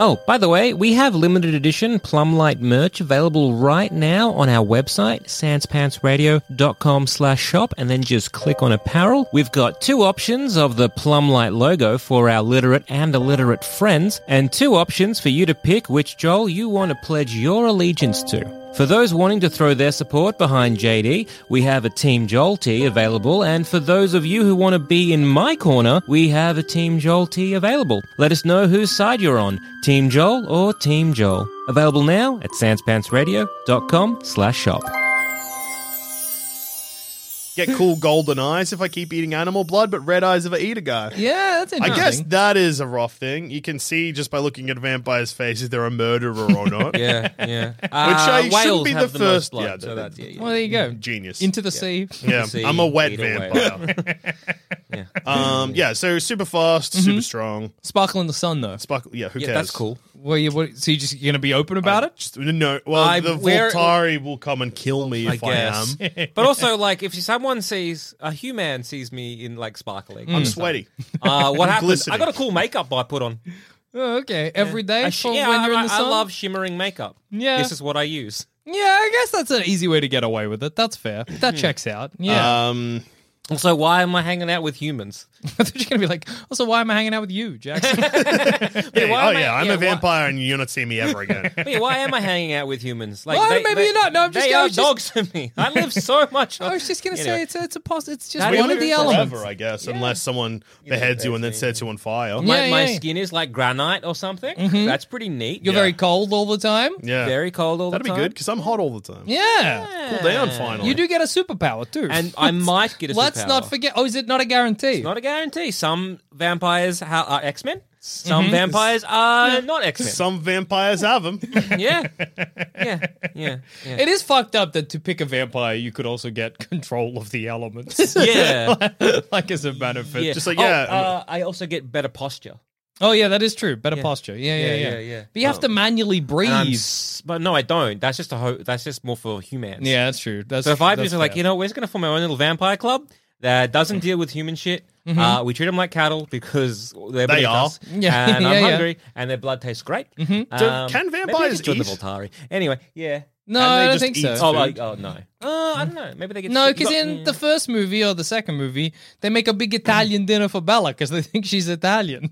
B: Oh, by the way, we have limited edition Plumlight merch available right now on our website, sanspantsradio.com slash shop, and then just click on apparel. We've got two options of the Plumlight logo for our literate and illiterate friends, and two options for you to pick which Joel you want to pledge your allegiance to. For those wanting to throw their support behind JD, we have a Team Joel tee available, and for those of you who want to be in my corner, we have a Team Joel tee available. Let us know whose side you're on, Team Joel or Team Joel. Available now at sanspantsradio.com slash shop.
C: Get cool golden eyes if I keep eating animal blood, but red eyes if I eat a guy.
D: Yeah, that's
C: I
D: interesting.
C: guess that is a rough thing. You can see just by looking at a vampire's face if they're a murderer
D: [laughs]
C: or not.
B: Yeah, yeah. Which
C: I shouldn't be the first- yeah, the-
D: Well, there you go.
C: Genius.
D: Into the sea.
C: yeah,
B: See,
C: I'm a wet
B: either way.
C: vampire.
D: [laughs]
C: um, yeah, so super fast,
D: Mm-hmm.
C: super strong.
D: Sparkle in the sun, though.
C: Sparkle. Yeah, who
B: Yeah,
C: cares?
B: that's cool.
D: Well, you, what, so you just you're gonna be open about it?
C: Just- no, well,
B: I-
C: the
B: where-
C: Voltari will come and kill me if I,
D: [laughs]
C: am. [laughs]
B: but also, like, if someone sees a human sees me in like sparkling,
C: I'm sweaty.
B: Uh, what happens? I
C: glistening.
B: got a cool makeup I put on.
D: Oh, okay, every day
B: I sh-
D: for
B: yeah,
D: when
B: I,
D: you're in the
B: I- I
D: sun.
B: love shimmering makeup.
D: Yeah.
B: This is what I use.
D: Yeah, I guess that's an easy way to get away with it. That's fair. That
C: Hmm.
D: checks out. [laughs] Yeah. [laughs]
C: Um,
B: Also, why am I hanging out with humans?
D: I thought you're gonna be like, also, why am I hanging out with you, Jackson?
C: hey,
B: why
C: oh
B: am I-
C: yeah, I'm
B: yeah, why- [laughs]
C: a vampire, and you're not seeing me ever
D: [laughs]
C: again.
B: Wait, why am I hanging out with humans? Like,
D: Well, maybe you're not. No, I'm just-
B: They
D: I
B: are
D: was just-
B: dogs to me.
D: [laughs]
B: I live so much.
D: I was just gonna
B: Anyway.
D: say it's a, it's a poss- It's just
B: That
D: one of
B: is
D: the
C: forever,
D: elements.
C: I guess, unless someone beheads you and then sets you on
B: my,
C: fire.
D: Yeah,
B: my
D: yeah. Mm-hmm.
B: skin is like granite or something. That's pretty neat.
D: You're
C: Yeah.
D: very cold all the time.
C: Yeah,
B: very cold all the
C: that'd be
B: time.
C: good because I'm hot all the time.
D: Yeah.
C: cool down finally.
D: You do get a superpower too.
B: And
D: [laughs]
B: I might get a
D: Let's
B: superpower.
D: not forget. Oh, is it not a guarantee?
B: Not a guarantee. Some vampires ha- are X Men. Some
D: Mm-hmm.
B: vampires are not X Men.
C: Some vampires have
D: [laughs]
C: them.
B: yeah, yeah, yeah, yeah.
D: It is fucked up that to pick a vampire, you could also get [laughs] control of the
B: [laughs]
D: elements.
B: yeah.
D: [laughs] like as a benefit.
B: Yeah.
D: Just- um,
C: Just like,
B: Oh,
C: yeah, I'm-
B: uh, I also get better posture.
D: oh yeah, that is true. Better posture. Yeah
B: Yeah,
D: yeah, yeah,
B: yeah, yeah.
D: But you have to manually breathe.
B: And I'm s- but no, I don't. That's just a ho- that's just more for humans.
D: yeah, that's true. That's
B: So if I
D: that's
B: was like,
D: fair. Mm-hmm.
B: you know, we're just gonna form our own little vampire club that doesn't deal with human shit. Uh, we treat them like cattle because they're
C: They
B: beneath
C: are.
B: us,
D: [laughs] Yeah.
B: and I'm
D: Yeah, Mm-hmm. yeah.
B: hungry, and their blood tastes great.
C: Do-
B: Um,
C: can
B: maybe I
C: vampires
B: could join the
C: eat?
B: Voltari? Anyway, yeah.
D: no,
C: and they
D: I don't
C: just
D: think
C: eat
D: so.
C: That's
B: oh,
C: food.
B: I, oh no. Uh, I don't know. Maybe they get
D: No,
B: sick. Mm.
D: because in the first movie or the second movie, they make a big Italian dinner for Bella because they think
B: [laughs]
D: she's Italian.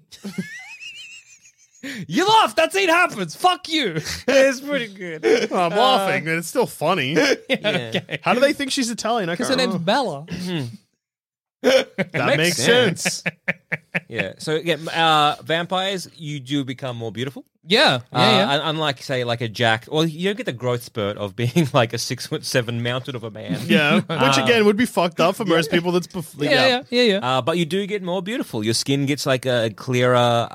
D: you laugh. That's it happens. Fuck you.
B: [laughs] it's
D: [laughs]
B: pretty good.
C: [laughs] I'm laughing, but it's still funny.
B: Yeah.
C: How do they think she's Italian? I
D: Because her
C: can't
D: name's
C: remember.
D: Bella.
C: That makes
B: sense.
C: sense.
B: [laughs] Yeah. So yeah, uh, vampires, you do become more beautiful.
D: Yeah, yeah,
B: uh,
D: yeah.
B: un- Unlike say like a jack, well, you don't get the growth spurt of [laughs] being like a six foot seven mounted of a man.
D: [laughs]
C: Yeah, which again would be fucked up for most people. That's bef-
D: yeah, yeah, yeah, yeah.
B: Uh, but you do get more beautiful. Your skin gets like a clearer. Uh,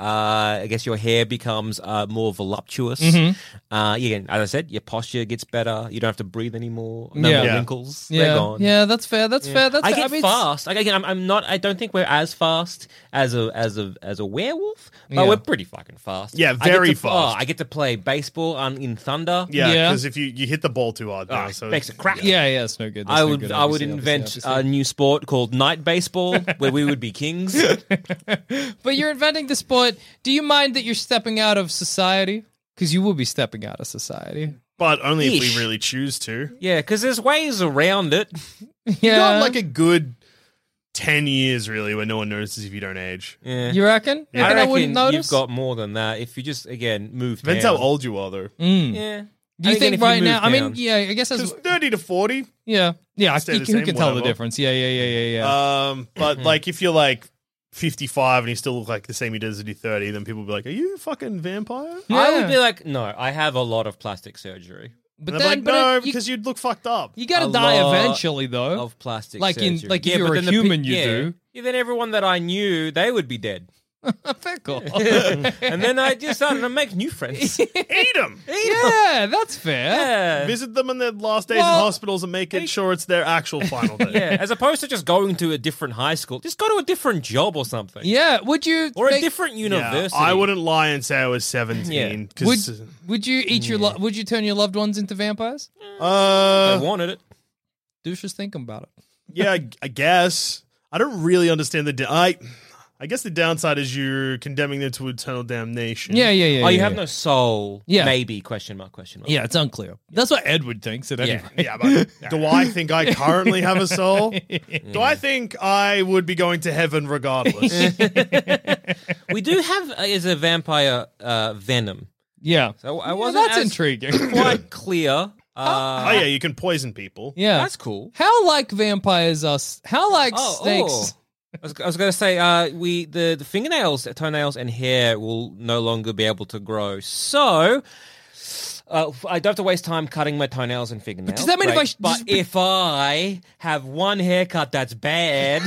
B: I guess your hair becomes uh, more voluptuous.
D: Mm-hmm.
B: Uh, yeah, and as I said, your posture gets better. You don't have to breathe anymore. No
D: Yeah.
B: more
C: Yeah.
B: wrinkles. They're
D: yeah,
B: gone.
D: yeah, that's fair. That's fair. That's
B: I
D: fair.
B: get
D: mean, it's-
B: fast. Like, again, I'm, I'm not. I don't think we're as fast as a as a as a werewolf, but
D: Yeah.
B: we're pretty fucking fast.
C: Yeah,
B: I get
C: very
B: to-
C: fast.
B: Oh, I get to play baseball on in Thunder.
C: Yeah,
D: Yeah. Ah,
C: because if you, you hit the ball too hard, now,
B: Oh,
C: so
B: makes a crack.
D: Yeah, yeah, it's no good. That's
B: I
D: no
B: would
D: good,
B: I would
D: obviously,
B: invent uh,
D: obviously,
B: a new sport called night
D: [laughs]
B: baseball where we would be kings.
D: obviously. But you're inventing the sport. Do you mind that you're stepping out of society? Because you will be stepping out of society.
C: but only if
B: Ish.
C: we really choose to.
B: Yeah, because there's ways around it.
C: You
D: Yeah,
C: got like a good ten years really where no one notices if you don't age.
B: Yeah.
D: you reckon?
B: I
D: You reckon
B: reckon
D: wouldn't notice.
B: you've got more than that if you just again move.
C: Depends
B: down.
C: how old you are though.
D: Mm.
B: Yeah.
D: Do you
B: And again, if
D: think right now?
B: move
D: I mean,
B: down-
D: yeah, I guess as
C: Because thirty to forty,
D: yeah, yeah, I
C: Stay the
D: think you
C: same,
D: can tell the
C: whatever.
D: difference. Yeah, yeah, yeah, yeah, yeah. Mm-hmm.
C: um, but like if you're like fifty-five and you still look like the same you did as you do thirty, then people will be like, "Are you a fucking vampire?"
B: I
D: Yeah.
B: would be like, no, I have a lot of plastic surgery.
D: but
C: And
D: then,
C: they're like,
D: but
C: "No,
D: it- you-
C: because you'd look fucked up."
D: you, gotta
B: a
D: die
B: lot
D: eventually, though.
B: Of plastic
D: Like in-
B: surgery.
D: like if you
B: but
D: were a
B: then the pe-
D: human, you
B: yeah.
D: do.
B: Yeah, then everyone that I knew, they would be dead.
D: [laughs]
B: [laughs]
D: Fickle.
B: and then I just started to make new friends.
C: Eat them.
D: [laughs] yeah, that's fair.
B: Yeah.
C: Visit them in their last days
D: Well-
C: in hospitals and make it sure it's their actual
D: [laughs]
C: final day.
B: Yeah, as opposed to just going to a different high school, just go to a different job or something.
D: Yeah, would you
B: Or a
D: make-
B: different university.
C: I wouldn't lie and say I was 17.
B: Yeah.
D: Would
C: 'cause,
D: would you eat your lo- would you turn your loved ones into vampires?
B: I
C: uh,
B: wanted it.
D: Douche is thinking about it.
C: yeah, I- I guess. I don't really understand the. da- I, I guess the downside is you're condemning them to eternal damnation.
D: Yeah, yeah, yeah.
B: oh,
D: yeah,
B: you have
D: yeah.
B: no soul.
D: Yeah.
B: Maybe question mark question mark.
D: Yeah, it's unclear. That's what Edward thinks. At any
B: Yeah.
D: rate.
C: Yeah, but do I think I currently have a soul? Do I think I would be going to heaven regardless?
B: we do have uh, as a vampire uh, venom.
D: yeah.
B: So I
D: Yeah,
B: wasn't
D: that's
B: as [coughs]
D: intriguing. [coughs]
B: quite clear. Uh,
D: Ah.
C: oh, yeah, you can poison people.
D: yeah,
B: That's cool.
D: How like vampires are? s- How like snakes? [laughs]
B: oh. I was, I was going to say, uh, we the, the fingernails, toenails, and hair will no longer be able to grow. So uh, I don't have to waste time cutting my toenails and fingernails.
D: does that mean if I
B: Great.
D: sh-
B: but
D: just-
B: if I have one haircut that's bad,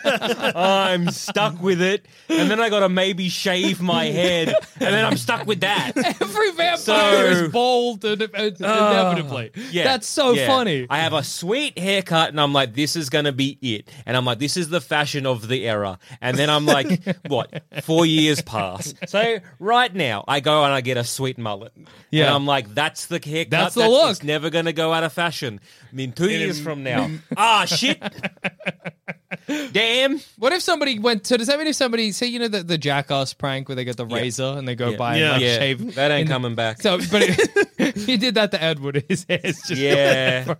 B: [laughs] I'm stuck with it, and then I got to maybe shave my head, and then I'm stuck with that.
D: Every vampire
B: So- Oh,
D: is bald and, and- and inevitably.
B: Yeah,
D: that's so
B: yeah.
D: funny.
B: I have a sweet haircut, and I'm like, this is gonna be it. And I'm like, this is the fashion of the era. And then I'm
D: [laughs]
B: like, what? Four years pass. So right now, I go and I get a sweet mullet.
D: Yeah.
B: and I'm like, that's the haircut.
D: That's the look.
B: It's never gonna go out of fashion. I mean, two years
C: a-
B: from now, ah,
D: [laughs]
B: shit. Damn.
D: what if somebody went to? Does that mean if somebody say you know the, the jackass prank where they get the razor and they go by
C: Yeah.
D: and like,
B: Yeah,
D: shave?
B: that
D: in
B: ain't
D: the-
B: coming back.
D: [laughs] So, but it, [laughs] he did that to Edward. His hair's just [laughs]
B: yeah,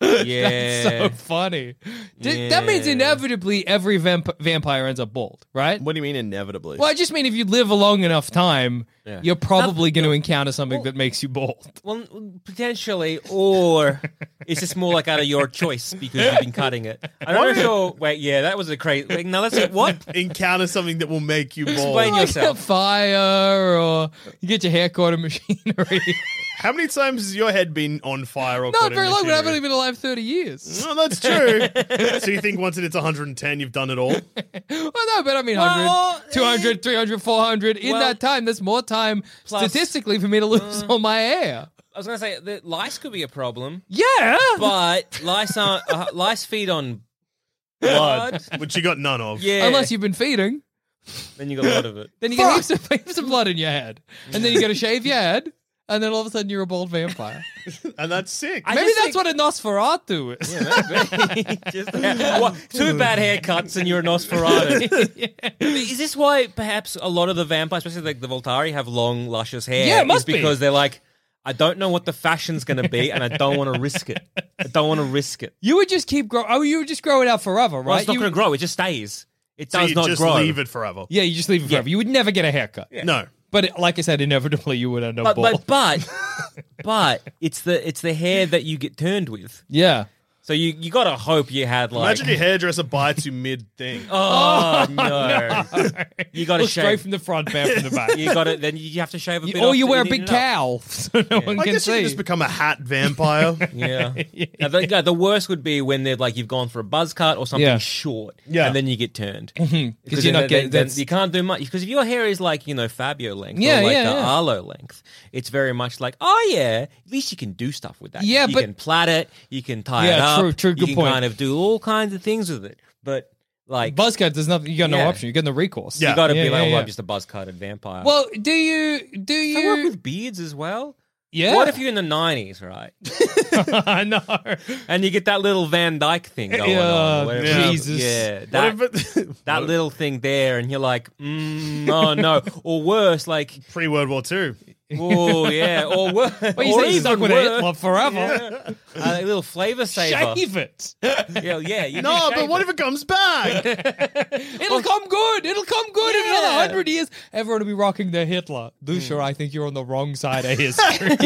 B: yeah.
D: That's so funny. Did, That means
B: Yeah.
D: inevitably every vamp- vampire ends up bald, right?
C: What do you mean inevitably?
D: Well, I just mean if you live a long enough time,
B: Yeah.
D: you're probably going to encounter something that makes you bald.
B: Well, potentially, or it's just more like out of your choice because you've been cutting it. I don't know. if you're- Wait, yeah, that was a crazy. Wait, no, that's it. What?
C: Encounter something that will make you
B: Explain
C: bald.
D: Like a
B: yourself.
D: fire, or you get your hair caught
B: [laughs]
D: in machinery.
C: How many times has your head been on fire or caught
D: Not
C: in
D: very long, but I
C: machinery?
D: haven't even been alive thirty years.
C: No, that's true. so you think once it's 110, you've done it all?
D: Well, no, but I mean
B: Well, eh,
D: 100, 200, 300, 400. In
B: Well-
D: that time, there's more time
B: Plus- uh,
D: statistically for me to lose all my hair.
B: I was going to say that lice could be a problem,
D: Yeah,
B: but lice are uh, lice feed on blood.
C: Which you got none of.
B: Yeah,
D: unless you've been feeding.
B: then you got a lot of it.
D: Then you get heaps of, [laughs] heaps of blood in your head, and then
B: [laughs]
D: you get to shave your head, and then all of a sudden you're a bald vampire.
C: And that's sick.
B: I
D: Maybe
B: just
D: that's
B: think-
D: what a Nosferatu is.
B: [laughs] Just, [laughs] Well, two bad haircuts and you're a [laughs] Nosferatu. Is this why perhaps a lot of the vampires, especially like the Voltari, have long, luscious hair?
D: Yeah, it
B: Is
D: must be.
B: because they're like, I don't know what the fashion's going to be, and I don't want to risk it. I don't want to risk it.
D: You would just keep growing. Oh, you would just grow it out forever, right?
B: Well, it's not
D: You-
B: going to grow. It just stays. It
C: so
B: does
C: you
B: not
C: just
B: grow.
C: leave it forever.
D: Yeah, you just leave it forever. You would never get a haircut.
C: No.
D: But it- like I said, inevitably you would end up
B: But
D: bald.
B: but but but it's the it's the hair that you get turned with.
D: yeah.
B: So you you gotta hope you had like.
C: Imagine your hairdresser bites you mid thing.
B: oh no! You gotta
D: Look straight
B: shave.
D: from the front, back from
B: [laughs]
D: the back.
B: you got to Then you have to shave a bit.
D: or
B: off
D: you
B: that
D: wear a
B: didn't
D: big
B: know.
D: cowl [laughs] so no one
C: I
D: can
C: guess you
D: see.
C: can just become a hat vampire.
B: Yeah.
D: [laughs]
B: Now, the, yeah, the worst would be when they're like you've gone for a buzz cut or something
D: Yeah.
B: short,
C: Yeah.
B: and then you get
D: [laughs]
B: turned
D: because you're
B: then-
D: not
B: then-
D: getting.
B: then
D: that's-
B: you can't do much because if your hair is like you know Fabio length
D: Yeah,
B: or like
D: yeah,
B: uh,
D: yeah.
B: Arlo length, it's very much like oh yeah, at least you can do stuff with that.
D: Yeah,
B: you
D: but-
B: can plait it, you can tie it
D: Yeah,
B: up,
D: true, true,
B: you
D: good
B: can
D: point.
B: kind of do all kinds of things with it, but like
D: buzz cut, there's nothing. You got
B: Yeah.
D: no option. You got no recourse.
C: Yeah.
B: you got to
D: Yeah,
B: be like
D: yeah,
B: oh
D: yeah.
B: I'm just a buzz cutted vampire.
D: Well, do you? Do
B: I work
D: you?
B: with beards as well.
D: Yeah.
B: What if you're in the nineties, right?
D: [laughs] I know.
B: And you get that little Van Dyke thing going on.
D: Yeah,
B: or whatever.
D: Jesus.
B: Yeah,
C: What
B: that,
C: if it- [laughs]
B: that little thing there, and you're like, mm, oh no, or worse, like,
C: Pre World War Two.
B: oh yeah, or
D: [laughs]
B: worse,
D: Well, you
B: or
D: say you're
B: even
D: stuck with a
B: worse,
D: Hitler forever.
B: yeah, [laughs] a little flavor saver.
D: Shave it.
B: Yeah, yeah.
D: [laughs]
B: You
C: No,
B: can
C: but
B: shave
C: what
B: it.
C: if it comes back?
D: It'll come good. It'll come good in another
B: Yeah.
D: hundred years. Everyone will be rocking their Hitler.
C: Hmm.
D: Lucia, I think you're on the wrong side of
C: [laughs]
D: history.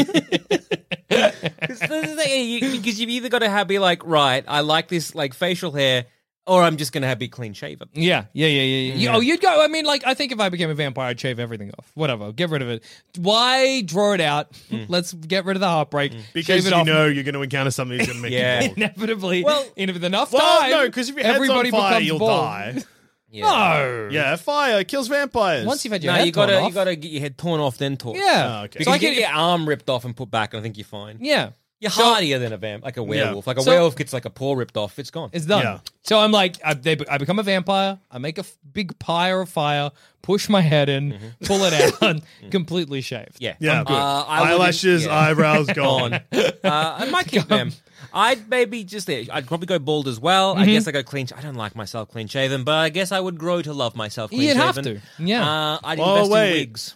B: This is the thing, [laughs] you- because you've either got to have be like, right, I like this like facial hair, or I'm just gonna have be clean shaven.
D: [laughs] Yeah, yeah, yeah, yeah. yeah. You- Oh, you'd go. I mean, like, I think if I became a vampire, I'd shave everything off. Whatever, get rid of it. Why draw it out? [laughs] Let's get rid of the heartbreak.
C: Hmm. Because
D: shave it
C: you
D: off.
C: know you're going to encounter something that's going to make
B: Yeah.
C: you bored.
D: [laughs] inevitably,
B: Well-
D: in with enough
C: Well,
D: time,
C: no, because if your head's
D: everybody
C: on fire,
D: becomes
C: you'll
D: bald.
C: die.
B: Yeah.
D: No.
C: Yeah, fire kills vampires.
D: Once you've had your
B: No,
D: head
B: you gotta
D: torn
B: you
D: off-
B: gotta get your head torn off, then torn.
D: Yeah.
C: Oh, okay.
B: because
D: So I
B: you
D: can.
B: get your arm ripped off and put back, and I think you're fine.
D: yeah.
B: You're hardier than a vamp, like a werewolf. Like a
D: So-
B: werewolf gets like a paw ripped off, it's gone.
D: It's done.
C: Yeah.
D: So I'm like, I, they, I become a vampire. I make a f- big pyre of fire, push my head in, pull
B: [laughs]
D: it out, completely shaved.
B: Mm-hmm. Mm. yeah,
C: [laughs] yeah,
B: I'm good. Uh, I wouldn't-
C: eyelashes,
B: yeah.
C: eyebrows
B: on.
C: gone.
B: [laughs] uh, I might keep them. [laughs] I'd maybe just I'd probably go bald as well.
D: Mm-hmm.
B: I guess I go clean. I don't like myself clean shaven, but I guess I would grow to love myself. clean
D: You'd have
B: shaven.
D: to, yeah.
B: Uh, I'd
C: Oh,
B: invest
C: wait.
B: in wigs.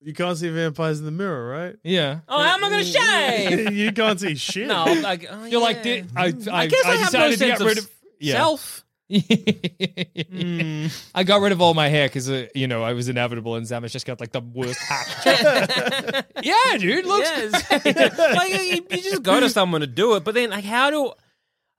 C: You can't see vampires in the mirror, right?
D: Yeah.
B: Oh, how am I going to shave?
C: [laughs] you can't see shit.
B: Mm. [laughs] no, I'm like oh,
D: You're like,
B: yeah.
D: "Di- I, I,
B: I guess I, have no
D: decided to
B: sense
D: get
B: of
D: rid [laughs] of.
B: s- self. Mm.
D: I got rid of all my hair because uh, you know I was inevitable, and Zamas just got like the worst hack.
B: [laughs]
D: yeah, dude, looks.
B: Yes. [laughs] like you, you just go to someone to do it, but then like how do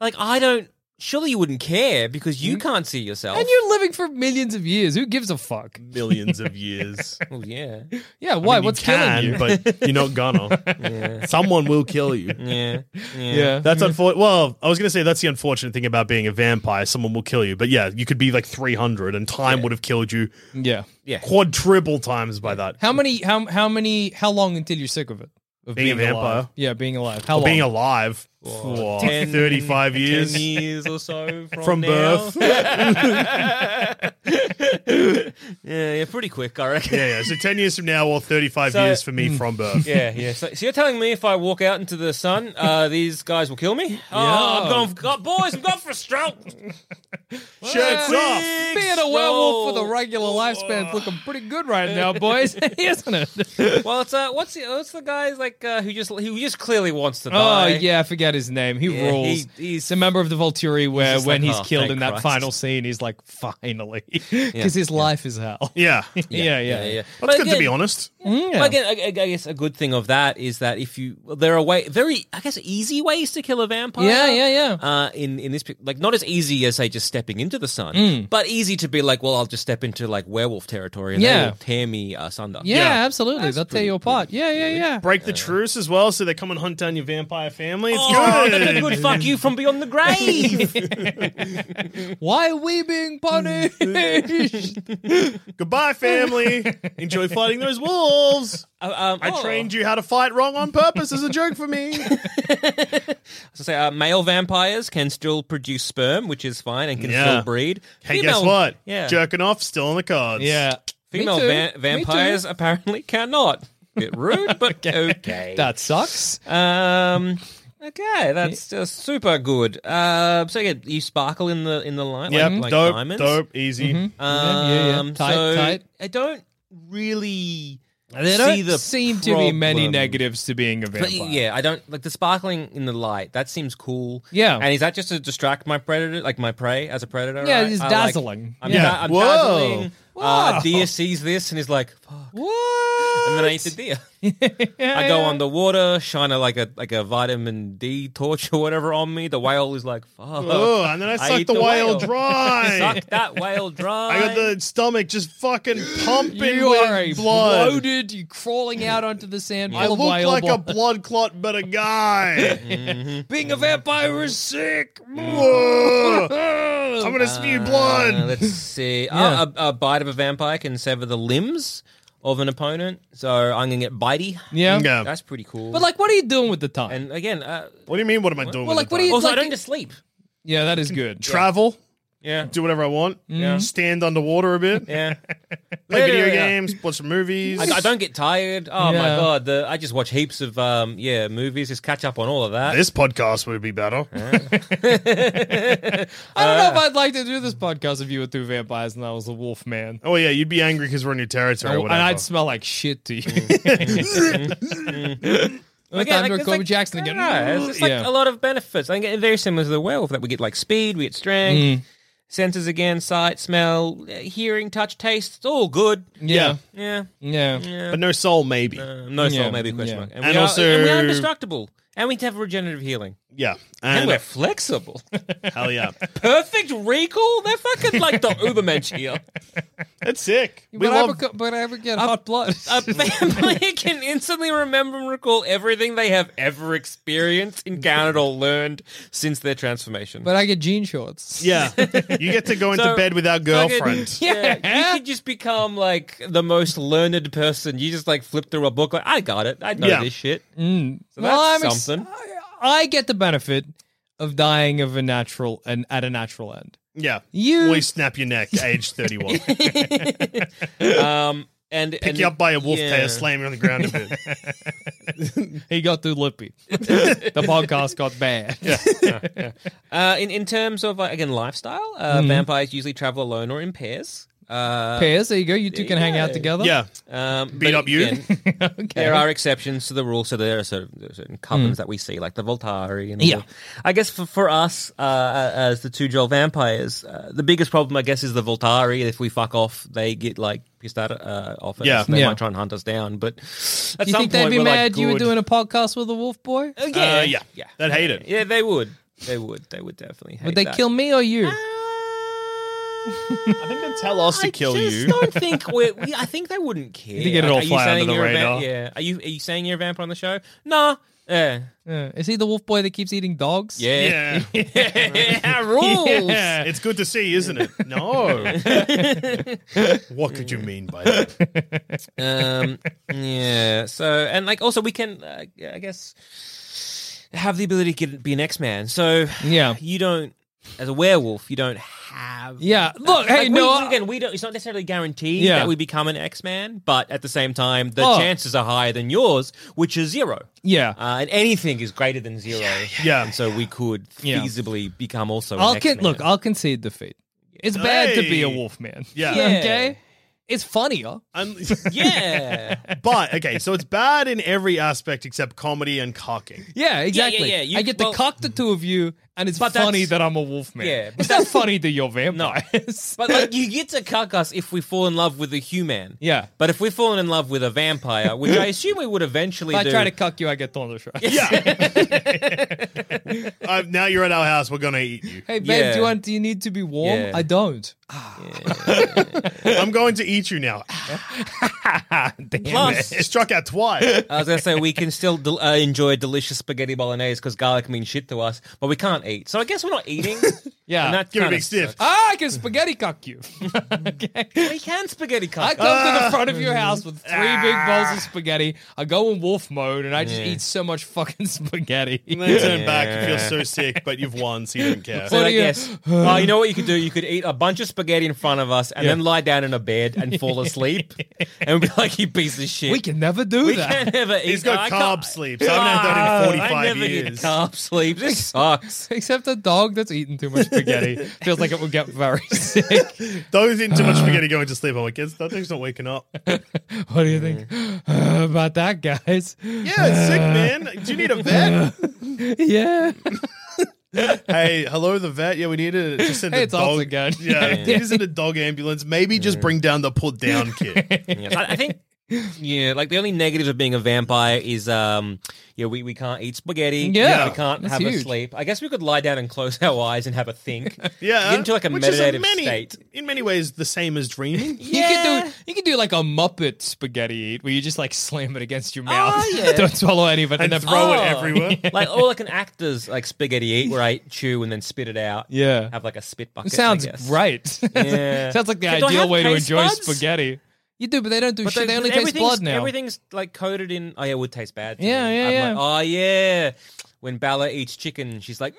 B: like I don't. Surely you wouldn't care because you can't see yourself.
D: Mm-hmm. And you're living for millions of years. Who gives a fuck?
B: Mm.
C: Millions of years.
B: [laughs] Well, yeah,
D: Yeah, why?
C: I mean,
D: What's
C: you can,
D: killing you?
C: But you're not gonna. Someone will kill you.
B: yeah, yeah.
D: yeah,
C: That's unfortunate. Well, I was going to say that's the unfortunate thing about being a vampire. Someone will kill you. But yeah, you could be like 300 and time would have killed you
D: yeah.
C: quadruple times by that.
D: How many? How how many? How long until you're sick of it? Of
C: Being a vampire?
D: alive? Yeah, being alive.
C: Or
D: How long?
C: being alive for
B: 10,
C: 35 years.
B: 10 years or so from,
C: From
B: now.
C: [laughs] birth.
B: [laughs] yeah, yeah, pretty quick, I reckon.
C: Yeah, yeah. So 10 years from now or 35
B: So- mm.
C: years for me from birth.
B: [laughs] Yeah, yeah. So, so you're telling me if I walk out into the sun, uh, [laughs] these guys will kill me? Oh, I'm going for, God, boys, I'm going for a stroll.
C: Shirts
D: Yeah.
C: off.
D: Being a werewolf with a regular lifespan's looking pretty good right
B: [laughs]
D: now, boys, [laughs] isn't it?
B: Well, it's uh, what's the, what's the guy's like uh, who just who just clearly wants to
D: Oh
B: die?
D: yeah, I forget his name. He
B: Yeah,
D: rules.
B: he- he's-
D: he's a member of the Volturi. Where
B: just
D: when
B: like,
D: he's
B: "Oh,
D: killed
B: thank
D: in that
B: Christ."
D: final scene, he's like, finally, [laughs] because his life is hell.
C: Yeah.
D: [laughs] yeah,
B: [laughs]
D: yeah,
B: yeah, yeah. But
C: That's good to
B: again-
C: be honest.
D: Yeah.
B: But Again, I, I guess a good thing of that is that if you there are way very I guess easy ways to kill a vampire.
D: Yeah, yeah, yeah.
B: Uh, in in this pic- like not as easy as say just stepping into the sun,
D: Hmm.
B: but easy to be like, well, I'll just step into like werewolf territory and they
D: Yeah.
B: will tear me asunder.
D: Yeah,
C: Yeah.
D: absolutely. They'll tear
B: pretty-
D: you apart. Yeah, yeah, yeah.
C: Break the truce as well, so they come and hunt down your vampire family. It's
B: Oh, that's a
C: good.
B: good fuck you from beyond the
D: [laughs]
B: grave.
D: Why are we being punished?
B: [laughs]
C: Goodbye, family. Enjoy fighting those wolves.
B: Uh, um,
C: I
B: oh.
C: trained you how to fight wrong on purpose as a joke
B: [laughs]
C: for me.
B: So say, uh, male vampires can still produce sperm, which is fine, and can
C: Yeah.
B: still breed.
C: Hey,
B: Female-
C: guess what?
B: Yeah,
C: Jerking off, still on the cards.
D: [laughs] yeah, Me
B: female
D: too.
B: va-
D: Me
B: vampires
D: too.
B: apparently cannot. Bit rude, but
D: [laughs]
B: okay.
D: That sucks.
B: Um. Okay, that's just super good. Uh, so yeah, you sparkle in the in the light,
C: Yep.
B: like, like
C: dope.
B: diamonds.
C: Dope. Easy.
D: Mm-hmm. Uh,
B: Um,
D: Yeah, yeah, yeah. Tight,
B: so
D: tight.
B: I don't really
D: There
B: see
D: don't
B: the
D: seem to be
B: problem.
D: many negatives to being a
B: But,
D: vampire.
B: yeah, I don't like the sparkling in the light. That seems cool.
D: Yeah.
B: and is that just to distract my predator, like my prey as a predator?
D: Yeah,
B: right?
D: it's
B: I
D: dazzling.
B: Like, I'm,
D: Yeah.
B: da- I'm
C: Whoa.
B: dazzling. Uh, deer sees this and is like, fuck.
D: What?
B: And then I eat the deer. I go on the water, shine a, like a like a vitamin D torch or whatever on me. The whale is like, fuck.
C: Oh, and then I suck
B: eat
C: the, whale,
B: Suck [laughs]
C: dry.
B: that whale dry.
C: [laughs] I got the stomach just fucking pumping
D: [laughs] You
C: with
D: are a
C: blood.
D: bloated, you crawling out onto the sand.
C: I
D: full
C: look
D: of whale
C: like a
D: blood.
C: blood clot, but a guy.
D: Being a vampire [laughs] is sick.
C: Whoa. I'm gonna spew
B: [laughs]
C: blood.
B: Uh, let's
D: [laughs]
B: see.
D: Yeah.
B: Oh, a, a bite of a vampire can sever the limbs of an opponent, so I'm gonna get bitey.
D: Yeah.
C: Yeah.
B: That's pretty cool.
D: But like, what are you doing with the time?
B: and again, uh,
C: What do you mean? What am I doing?
D: Well,
C: with
D: like,
C: the
D: what do you-
B: [laughs]
C: time?
B: also
D: like
B: I don't
D: it-
B: just sleep.
D: yeah, that is good.
C: travel?
B: Yeah,
C: Do whatever I want.
D: Mm-hmm.
B: Yeah.
C: Stand underwater a bit.
D: [laughs]
B: yeah.
C: Play video
B: Literally, yeah.
C: games. Watch some movies.
B: I, I don't get tired. Oh my
D: Yeah.
B: god, the, I just watch heaps of um, yeah movies. Just catch up on all of that.
C: This podcast would be better.
D: I don't know
B: Uh.
D: if I'd like to do this podcast if you were two vampires and I was a wolf man.
C: Oh yeah, you'd be angry because we're in your territory. or
D: and
C: whatever.
D: I'd smell like shit to [laughs] you. Like,
B: Again,
D: time to
B: it's
D: Kobe Jackson again.
B: Yeah, it's just like
D: Yeah.
B: a lot of benefits. I think it's very similar to the werewolf that we get like speed, we get strength,
D: Mm.
B: senses again, sight, smell, uh, hearing, touch, taste. It's all good.
D: yeah.
B: Yeah,
D: Yeah.
C: but no soul, maybe.
B: Uh, no soul,
D: Yeah,
B: maybe question
D: yeah.
B: mark.
C: And
B: we
C: also-
B: are, and we are indestructible, and we have regenerative healing,
C: yeah,
B: and,
C: and
B: we're flexible.
C: hell yeah,
B: [laughs] Perfect recall. They're fucking like the Ubermensch here.
C: it's sick. We
D: but, I
C: love.
D: beco- but I ever get hot [laughs] blood.
B: A family [laughs] can instantly remember and recall everything they have ever experienced, encountered, or learned since their transformation.
D: but I get jean shorts.
C: [laughs] yeah, you get to go into
B: So-
C: bed without
B: Fucking-
C: [laughs] girlfriend.
B: Yeah,
D: [laughs] Yeah.
B: you could just become like the most learned person. You just like flip through a book, like I got it, I know
C: Yeah.
B: this shit. So
D: Well,
B: that's
D: I'm ex-
B: something.
D: I, I get the benefit of dying of a natural and at a natural end.
C: Yeah,
D: You-
C: we snap your neck, age [laughs] thirty-one. Pick
B: um, and pick
C: you up by a wolf
B: yeah.
C: tail, slam you on the ground a [laughs] bit.
D: He got
B: [laughs]
D: too lippy. the podcast got bad.
B: Uh, in in terms of like, again lifestyle, uh,
D: Mm-hmm.
B: vampires usually travel alone or in pairs. Uh,
D: Pairs, there you go. You two can hang out together.
C: yeah,
B: um,
C: Beat
B: but
C: up you. [laughs]
B: again,
D: okay.
B: There are exceptions to the rule, so there are certain, there are certain covens that we see, like the Voltari. And
D: Mm. Yeah.
B: the- I guess for, for us, uh, as the two Joel vampires, uh, the biggest problem, I guess, is the Voltari. If we fuck off, they get like pissed out uh, off at
C: Yeah.
B: us. They
D: Yeah.
B: might try and hunt us down. But at
D: You
B: some
D: think
B: point,
D: they'd be
B: we're
D: mad
B: like,
D: you were
B: good.
D: doing a podcast with a wolf boy?
B: Uh, yeah,
C: yeah, yeah,
B: yeah.
C: They'd hate it.
B: Yeah, they would. They would. They would definitely. Hate
D: Would they
B: that.
D: kill me or you?
B: Ah.
D: [laughs]
C: I think they'd tell us to kill
B: I just
C: you. [laughs]
B: don't think we're, we. I think they wouldn't care.
C: think it'd all
B: Are you
C: fly under
B: saying
C: the
B: you're a
C: radar.
B: yeah. Are you are you saying you're a vampire on the show? Nah. Yeah.
D: Uh, is he the wolf boy that keeps eating dogs?
C: Yeah,
B: [laughs]
C: [laughs]
B: yeah, [laughs] rules.
D: Yeah.
C: it's good to see, isn't it? [laughs] No. what could you mean by that?
B: Um, yeah. So, and like, also, we can, uh, I guess, have the ability to get, be an X Man. So,
D: Yeah.
B: you don't, as a werewolf, you don't have.
D: Yeah. Look,
B: Like,
D: hey,
B: we-
D: no.
B: we, again, we don't. It's not necessarily guaranteed
D: Yeah.
B: that we become an X Man, but at the same time, the
D: Oh.
B: chances are higher than yours, which is zero.
D: yeah.
B: Uh, and anything is greater than zero.
C: yeah, [laughs]
B: And so we could
D: Yeah.
B: feasibly become also.
D: I'll
B: an
D: con-
B: X-Man.
D: look, I'll concede defeat. It's bad to be a
C: Hey.
D: wolf man.
C: Yeah.
B: Yeah.
D: Okay? It's funnier.
C: Un-
B: [laughs] yeah.
C: but okay, so it's bad in every aspect except comedy and cocking.
D: Yeah, exactly.
B: yeah, you-
D: I get
B: well-
D: to cock the two of you, and it's
B: But
D: funny
B: that's-
D: that I'm a wolf man.
B: Yeah, but
D: it's not funny
B: [laughs]
D: that you're vampires.
B: But like, you get to cuck us if we fall in love with a human.
D: Yeah.
B: But if we're falling in love with a vampire, which I assume we would eventually
D: if I
B: do.
D: try to cuck you, I get thunder shot.
C: [laughs] Yeah. uh, now you're at our house. We're gonna eat you.
D: Hey, babe,
B: Yeah.
D: do you want? Do you need to be warm?
B: Yeah.
D: I don't.
C: I'm going to eat
B: [laughs]
C: you now.
B: Plus,
C: It struck out twice.
B: I was going to say, we can still del- uh, enjoy delicious spaghetti bolognese because garlic means shit to us, but we can't eat. So I guess we're not
D: [laughs]
B: eating.
D: Yeah.
B: And that
C: Give it a
B: kinda
C: big sniff.
D: Ah, I can spaghetti cuck
B: [laughs]
D: you.
B: sucks. We can spaghetti cuck.
D: I come to the front of your house with three
B: Ah.
D: big bowls of spaghetti. I go in wolf mode and I just eat so much
B: [laughs]
D: fucking [laughs] spaghetti.
C: And then turn back. You feel so sick, but you've won, so you don't care.
B: So
D: What
B: I
D: do you-
B: guess. Oh, you know what you could do? You could eat a bunch of spaghetti in front of us and then lie down in a bed and
D: [laughs]
B: fall asleep and be like, you piece of shit.
D: We can never do
B: We
D: that.
B: can't ever eat.
C: He's got
B: I
C: carb
B: can't- Ah,
C: sleep. So I haven't had that in
B: I
C: 45
B: never
C: years.
B: Get carb sleep. This
D: [laughs]
B: sucks.
D: [laughs] Except a dog that's eating too much
B: [laughs]
D: spaghetti feels like it would get very [laughs] sick.
C: Those in too
B: Ah.
C: much spaghetti going to sleep. I'm like, it's, that thing's not waking up. Yeah,
D: What do you think [gasps] about that, guys? [laughs]
C: it's sick, man. Do you need a vet?
D: Yeah.
C: [laughs] hey, hello, the vet. Yeah, we need to just send
D: Hey,
C: a
D: it's
C: dog.
D: Ops again.
C: Yeah,
B: [laughs]
C: yeah. send a dog ambulance. Maybe just bring down the put down kit.
B: Yes, I, I think. Yeah, like the only negatives of being a vampire is, um, yeah, we, we can't eat spaghetti.
D: Yeah,
B: we can't
D: that's
B: have a
D: huge.
B: sleep. I guess we could lie down and close [laughs] our eyes and have a think.
C: [laughs] Yeah,
B: Get into like a
C: which is
B: meditative
C: in many,
B: state.
C: In many ways, the same
B: [laughs]
C: as dreaming.
D: You can do you can do like a Muppet spaghetti eat where you just like slam it against your mouth.
B: Oh, yeah.
D: [laughs] Don't swallow any of it and, then
C: throw it
B: Oh.
C: everywhere.
B: like or like an actor's like spaghetti eat where I chew and then spit it out.
D: Yeah.
B: have like a spit bucket. I
D: Sounds
B: guess.
D: right. [laughs]
B: Yeah.
D: Sounds like the
B: Hey, do I
D: ideal
B: have
D: way to
B: taste
D: enjoy
B: buds?
D: spaghetti. You do, but they don't do
B: But they-
D: shit. They only
B: but
D: taste blood
B: everything's-
D: now.
B: Everything's like coated in. Oh yeah, it would taste bad. to
D: Yeah,
B: me.
D: yeah,
B: I'm
D: yeah.
B: Like, oh yeah. When Bella eats chicken, she's like,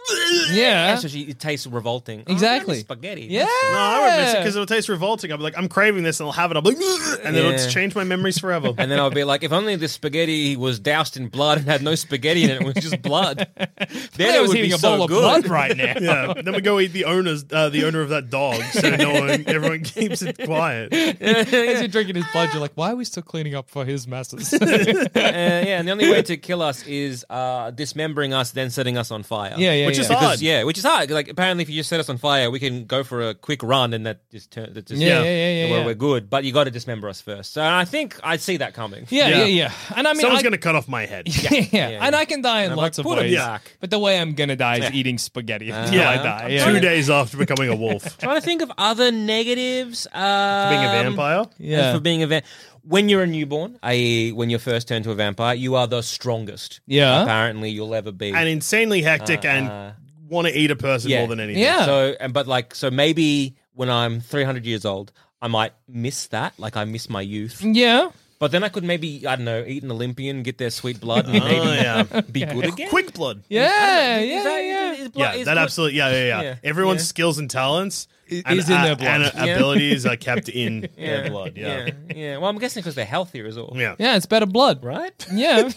D: Yeah.
B: And so she it tastes revolting. Oh, I miss
D: Exactly.
B: spaghetti.
D: Yeah.
C: [laughs] No, I would miss it because it'll taste revolting. I'll be like, I'm craving this, and I'll have it. I'll be like, "Ugh," and then it'll
B: Yeah.
C: just change my memories forever.
B: [laughs] And then I'll be like, if only this spaghetti was doused in blood and had no spaghetti in it, it was just
D: [laughs]
B: blood. then
D: I
B: it
D: was
B: would
D: eating
B: be
D: a
B: so
D: bowl of
B: good.
D: blood right now.
C: yeah. Then we go eat the owner's, uh, the owner of that dog,
B: [laughs]
C: so no one, everyone keeps it quiet.
D: [laughs] As you're drinking his blood, you're like, why are we still cleaning up for his
B: [laughs]
D: messes?
B: [laughs]
D: [laughs]
B: Uh, yeah, and the only way to kill us is uh, dismembering us, then setting us on fire.
D: Yeah, yeah,
C: Which
D: yeah.
C: is
B: Because-
C: hard.
B: yeah, which is hard. Like apparently, if you just set us on fire, we can go for a quick run, and that just turn. That just
D: Yeah, yeah, yeah, yeah,
B: we're,
D: yeah.
B: we're good. But you got to dismember us first. So I think I see that coming.
D: yeah, yeah,
C: Yeah.
D: yeah. And I mean,
C: Someone's
D: I,
C: gonna cut off my head.
D: [laughs] yeah, yeah.
B: yeah.
D: and I can die in
B: I'm like,
D: lots of
B: "Put 'em
D: ways.
B: back."
D: But the way I'm gonna die is eating spaghetti
B: Uh,
D: until
C: Yeah.
D: I die. Yeah.
C: Two days after becoming
B: [laughs]
C: a wolf,
B: Trying to think of other negatives. Um,
C: being a vampire.
D: Yeah.
B: For being a va- when you're a newborn, i.e., when you're first turned to a vampire, you are the strongest.
D: Yeah.
B: Apparently, you'll ever be.
C: and insanely hectic and want to eat a person
B: Uh-huh. Yeah.
C: more than anything.
D: Yeah.
B: So, and but like, so maybe when I'm 300 years old, I might miss that. Like, I miss my youth.
D: Yeah.
B: But then I could maybe, I don't know, eat an Olympian, get their sweet blood, and maybe
C: Oh, yeah.
B: be good [laughs] again.
C: Quick blood.
D: Yeah. Yeah.
B: Is that-
D: Yeah.
B: is- is blood-
C: Yeah,
B: is
C: that
B: blood-
C: absolutely. Yeah, yeah, yeah.
B: Yeah.
C: Everyone's
B: Yeah.
C: skills and talents
D: I-
C: and,
D: is in
C: a-
D: their blood.
C: and
B: Yeah.
C: abilities are kept in
B: Yeah.
C: their blood. Yeah.
B: yeah, yeah. Well, I'm guessing because they're healthier as well,
C: Yeah.
D: Yeah, It's better blood,
B: right?
D: [laughs]
B: [laughs]
D: Yeah.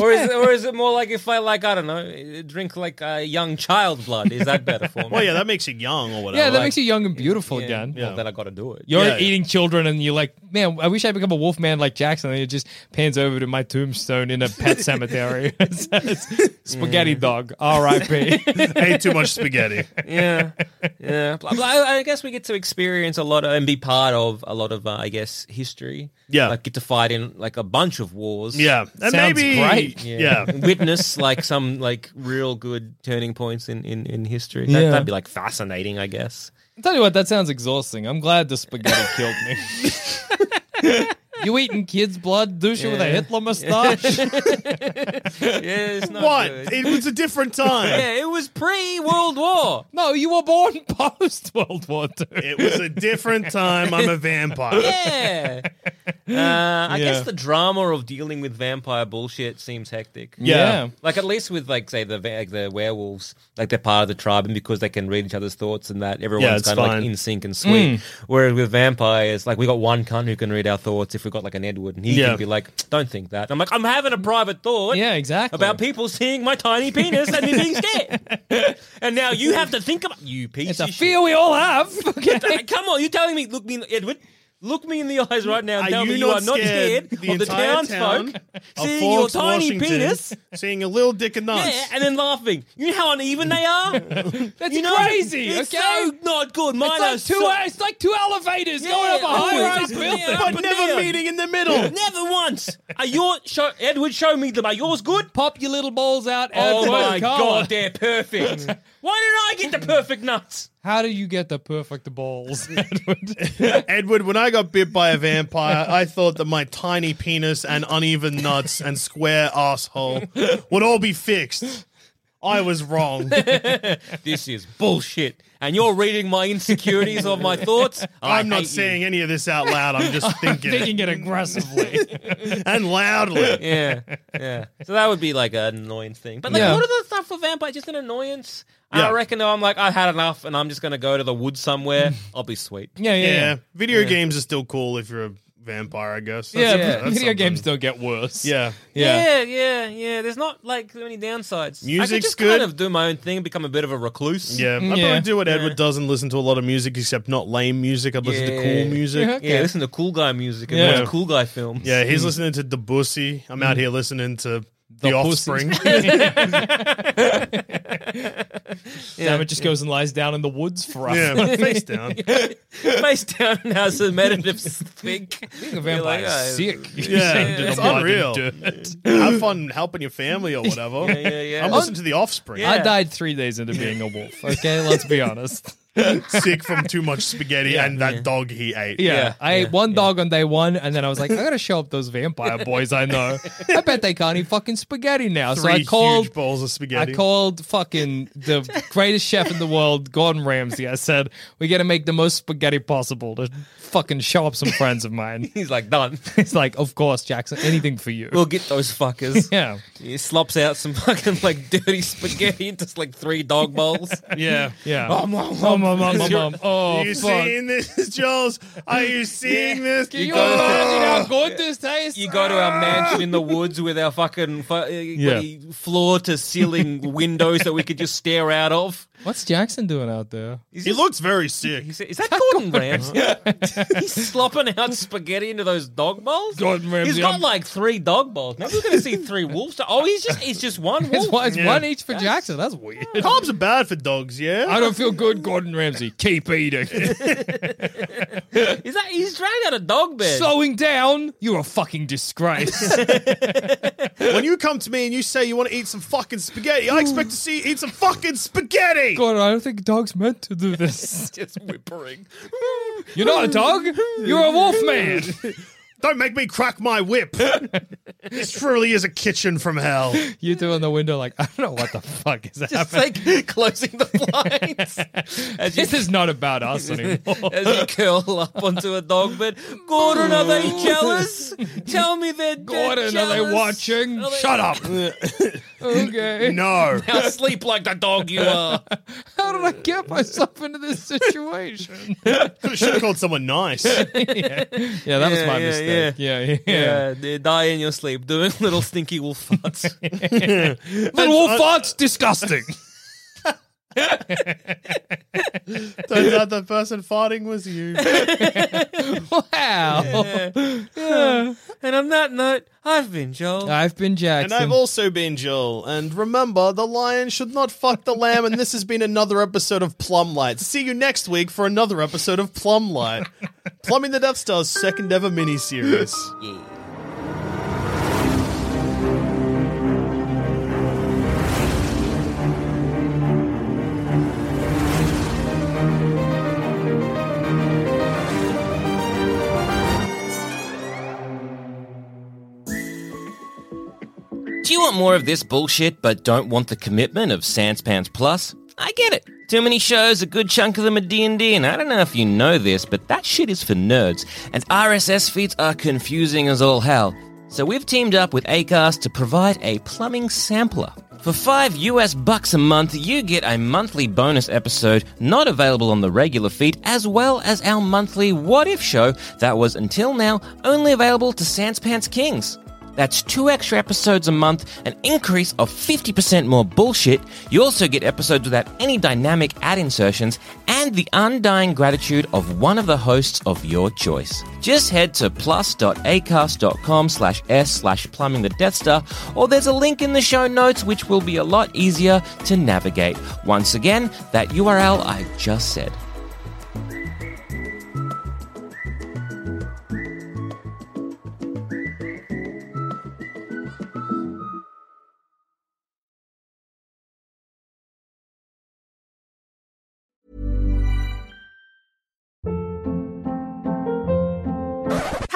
B: Or is, it, or is it more like if I like I don't know drink like uh, young child blood? Is that better
C: [laughs]
B: for me?
C: Well, yeah, that makes you young or whatever.
D: yeah, that
C: Like,
D: makes you young and beautiful
B: Yeah.
D: again.
B: Well, then I got to do it.
D: You're
C: Yeah, yeah.
D: eating children, and you're like, man, I wish I become a wolf man like Jackson. And it just pans over to my tombstone in a
B: [laughs]
D: pet cemetery. [laughs] it says, "Spaghetti dog, R.I.P."
B: [laughs]
C: ate too much spaghetti. [laughs]
B: yeah, yeah. But I, I guess we get to experience a lot of, and be part of a lot of, uh, I guess, history.
C: Yeah.
B: like get to fight in like a bunch of wars.
C: Yeah, and
D: Sounds
C: maybe
D: great.
C: Yeah,
B: And [laughs] witness like some like real good turning points in in, in history. That,
D: Yeah.
B: That'd be like fascinating, I guess.
D: I'll tell you what, that sounds exhausting. I'm glad
B: [laughs]
D: the spaghetti killed me. [laughs] you eating kids' blood, douche it with a
B: Yeah. [laughs]
D: Hitler mustache.
B: Yeah, it's [laughs] not
C: what?
B: good.
C: It was a different time.
B: yeah, it was pre World War.
D: no, you were born post World War II.
C: It was a different time. I'm a vampire.
B: Yeah. Uh, I
D: Yeah.
B: guess the drama of dealing with vampire bullshit seems hectic.
C: Yeah.
B: Like at least with like say the va- like, the werewolves, like they're part of the tribe, and because they can read each other's thoughts and that everyone's
C: Yeah, it's
B: kind of
C: fine. Mm.
B: like in sync and sweet. Whereas with vampires, like we got one cunt who can read our thoughts. If we got like an Edward, and he
C: Yeah.
B: can be like, "Don't think that." I'm like, I'm having a private thought.
D: Yeah, exactly.
B: About people seeing my tiny penis and me being
C: [laughs]
B: scared, and now you have to think about you piece
D: It's
B: of
D: a
B: shit.
D: fear we all
B: [laughs]
D: have. Okay.
B: Hey, Come on, you telling me? Look me, in, Edward. Look me in the eyes right now. and
C: Are
B: tell
C: you
B: me you
C: not
B: are not
C: scared
B: scared,
C: the
B: of the
C: entire
B: townsfolk
C: town of
B: seeing your
C: Forks,
B: tiny
C: Washington,
B: penis?
C: seeing a little dick of nuts.
B: Yeah, and then laughing. You know how uneven they
C: [laughs]
B: are.
D: That's
B: you know,
D: crazy.
B: It's
D: okay.
B: so not good. Mine
D: it's
B: are
D: like two.
B: so-
D: it's like two elevators
B: Yeah, oh,
D: going up a
B: always up
D: high rise
B: and
D: building.
B: down.
C: but never
B: down.
C: meeting in the middle.
B: Never once. Are your show Edward? Show me them. Are yours good?
D: Pop your little balls out.
B: Oh
D: Edward
B: my
D: Cullen.
B: god, they're
C: [laughs]
B: perfect. Why didn't I get the perfect nuts?
D: How do you get the
B: [laughs]
D: perfect balls, Edward?
C: Edward, when I got bit by a vampire, I thought that my tiny penis and uneven nuts and square asshole would all be fixed. I was
D: [laughs]
C: wrong.
B: This is bullshit. And you're reading my insecurities or my thoughts. I
C: I'm not
B: hate you.
C: saying any of this out loud. I'm
D: [laughs]
C: just thinking,
D: Thinking
B: [laughs]
D: it aggressively.
C: it. and loudly.
D: [laughs]
B: yeah, yeah. So that would be like an annoying thing. But like,
D: Yeah.
B: what are the stuff for vampires? Just an annoyance.
C: Yeah.
B: I reckon. though, I'm like, I've had enough, and I'm just gonna go to the woods
D: [laughs]
B: somewhere. I'll be sweet.
D: yeah, yeah,
C: Yeah,
D: yeah.
C: video games are still cool if you're a vampire, I guess.
D: Yeah,
C: That's-
D: video
C: that's something.
D: games don't get worse.
C: Yeah,
B: yeah,
D: yeah.
B: yeah. yeah. There's not like any downsides. I could
C: Music's
B: just
C: good.
B: kind of do my own thing, become a bit of a recluse.
C: yeah. I
D: Yeah.
C: probably do what Edward does and listen to a lot of music, except not lame music. I'd listen to
B: Yeah.
C: cool music.
D: Yeah. Uh-huh.
B: yeah. Listen to cool guy music and
D: Yeah.
B: watch cool guy films.
D: Mm.
C: Yeah, he's listening to Debussy. I'm out here listening to The,
D: pussies.
C: offspring.
D: [laughs] Dammit just goes and lies down in the woods for us. [laughs]
C: yeah, face down.
B: [laughs] Face down and has a meditative think.
D: Being a vampire
B: like,
D: is
B: uh,
D: sick. [laughs]
C: Yeah, it's unreal. [laughs] Have fun helping your family or
D: [laughs]
C: whatever.
B: yeah, yeah.
C: I'm listening to the offspring.
D: I died three days into being a wolf.
B: [laughs]
D: Okay, let's be honest.
C: [laughs] Sick from too much spaghetti and that dog he ate.
D: Yeah,
B: Yeah,
D: I
B: yeah,
D: ate one dog on day one, and then I was like, I gotta show up those
B: [laughs]
D: vampire boys I [laughs] know. I bet they can't eat fucking spaghetti now. so
C: Three
D: I called.
C: huge bowls of
D: I
C: spaghetti.
D: called fucking the greatest chef in the world, Gordon Ramsay. I said, We gotta make the most spaghetti possible to fucking show up some friends of mine.
B: [laughs]
D: [laughs]
B: He's like, done.
D: It's like, Of course, Jackson, anything for you.
B: We'll get those fuckers.
D: yeah.
B: He slops out some [laughs] fucking like dirty spaghetti into like three dog [laughs] bowls.
C: yeah.
D: Yeah.
B: Oh, mom, [laughs]
D: Oh,
B: mom,
D: mom, mom, mom,
B: Is your-
D: mom. Oh,
C: Are you
D: fuck.
C: seeing this, [laughs] Jules? Are
D: [laughs]
C: you seeing this?
D: Can [laughs] you imagine how good this tastes?
B: You go to our mansion in the woods with our fucking fu- uh, floor to
D: [laughs]
B: ceiling windows that we could just stare out of.
D: What's Jackson doing out there?
C: he looks very sick.
B: He
D: [laughs]
B: said, Is that Gordon Ramsay? He's slopping out spaghetti into those dog bowls.
D: Gordon
B: He's
D: Ramsay,
B: got
D: I'm-
B: like three dog bowls. Now we're going to see three wolves. Oh, he's just he's just
D: [laughs]
B: one
D: It's,
B: wolf.
D: one, it's
C: Yeah.
D: one each for Jackson. That's weird. [laughs]
C: Carbs are bad for dogs, yeah?
D: I don't feel good, Gordon Ramsay. Keep [laughs]
B: Is
D: eating.
B: that he's dragged out a dog bed?
D: [laughs] Slowing down, you're a fucking [laughs] disgrace.
C: when you come to me and you say you want to eat some fucking spaghetti, I expect to see you eat some fucking spaghetti.
D: Gordon, I don't think a dog's meant to do this.
B: just whimpering.
D: You're not a dog. You're a wolf [laughs] man.
C: Don't make me crack my
D: [laughs]
C: whip. this truly is a kitchen from hell.
D: You two in the window, like, I don't know what the fuck is
B: Just
D: happening.
B: like [laughs] closing the blinds as you,
D: [laughs] This is not about us anymore.
B: as you curl up onto a dog bed. Gordon, are they jealous? Tell me they're they're
D: Gordon, are they
B: jealous.
D: watching?
B: Are they-
D: Shut up. [laughs] okay.
C: [laughs] No.
B: Now [laughs] sleep like the dog you are.
D: How did I get myself into this situation?
C: Should have called someone [laughs] nice.
D: [laughs] Yeah, that was
B: Yeah,
D: my
B: yeah,
D: mistake. Yeah, yeah.
B: Yeah, they die in your sleep doing little stinky wolf
D: [laughs]
B: farts.
D: Little wolf farts, disgusting.
C: Turns out the person farting was you.
D: wow.
B: and on that note, I've been Joel.
D: I've been Jackson.
C: And I've also been Joel. And remember, the lion should not fuck the lamb. And this has been another episode of Plum Light. See you next week for another episode of Plum [laughs] Light. Plumbing the Death Star's second ever miniseries.
B: Do you want more of this bullshit but don't want the commitment of Sanspants Plus? I get it. Too many shows, a good chunk of them are D&D, and I don't know if you know this, but that shit is for nerds, and RSS feeds are confusing as all hell. So we've teamed up with Acast to provide a plumbing sampler. For 5 US bucks a month, you get a monthly bonus episode not available on the regular feed, as well as our monthly What If show that was until now only available to Sanspants Kings. That's two extra episodes a month, an increase of 50% more bullshit. You also get episodes without any dynamic ad insertions and the undying gratitude of one of the hosts of your choice. Just head to plus.acast.com slash s slash plumbing the Death Star, or there's a link in the show notes which will be a lot easier to navigate. Once again, that URL I just said.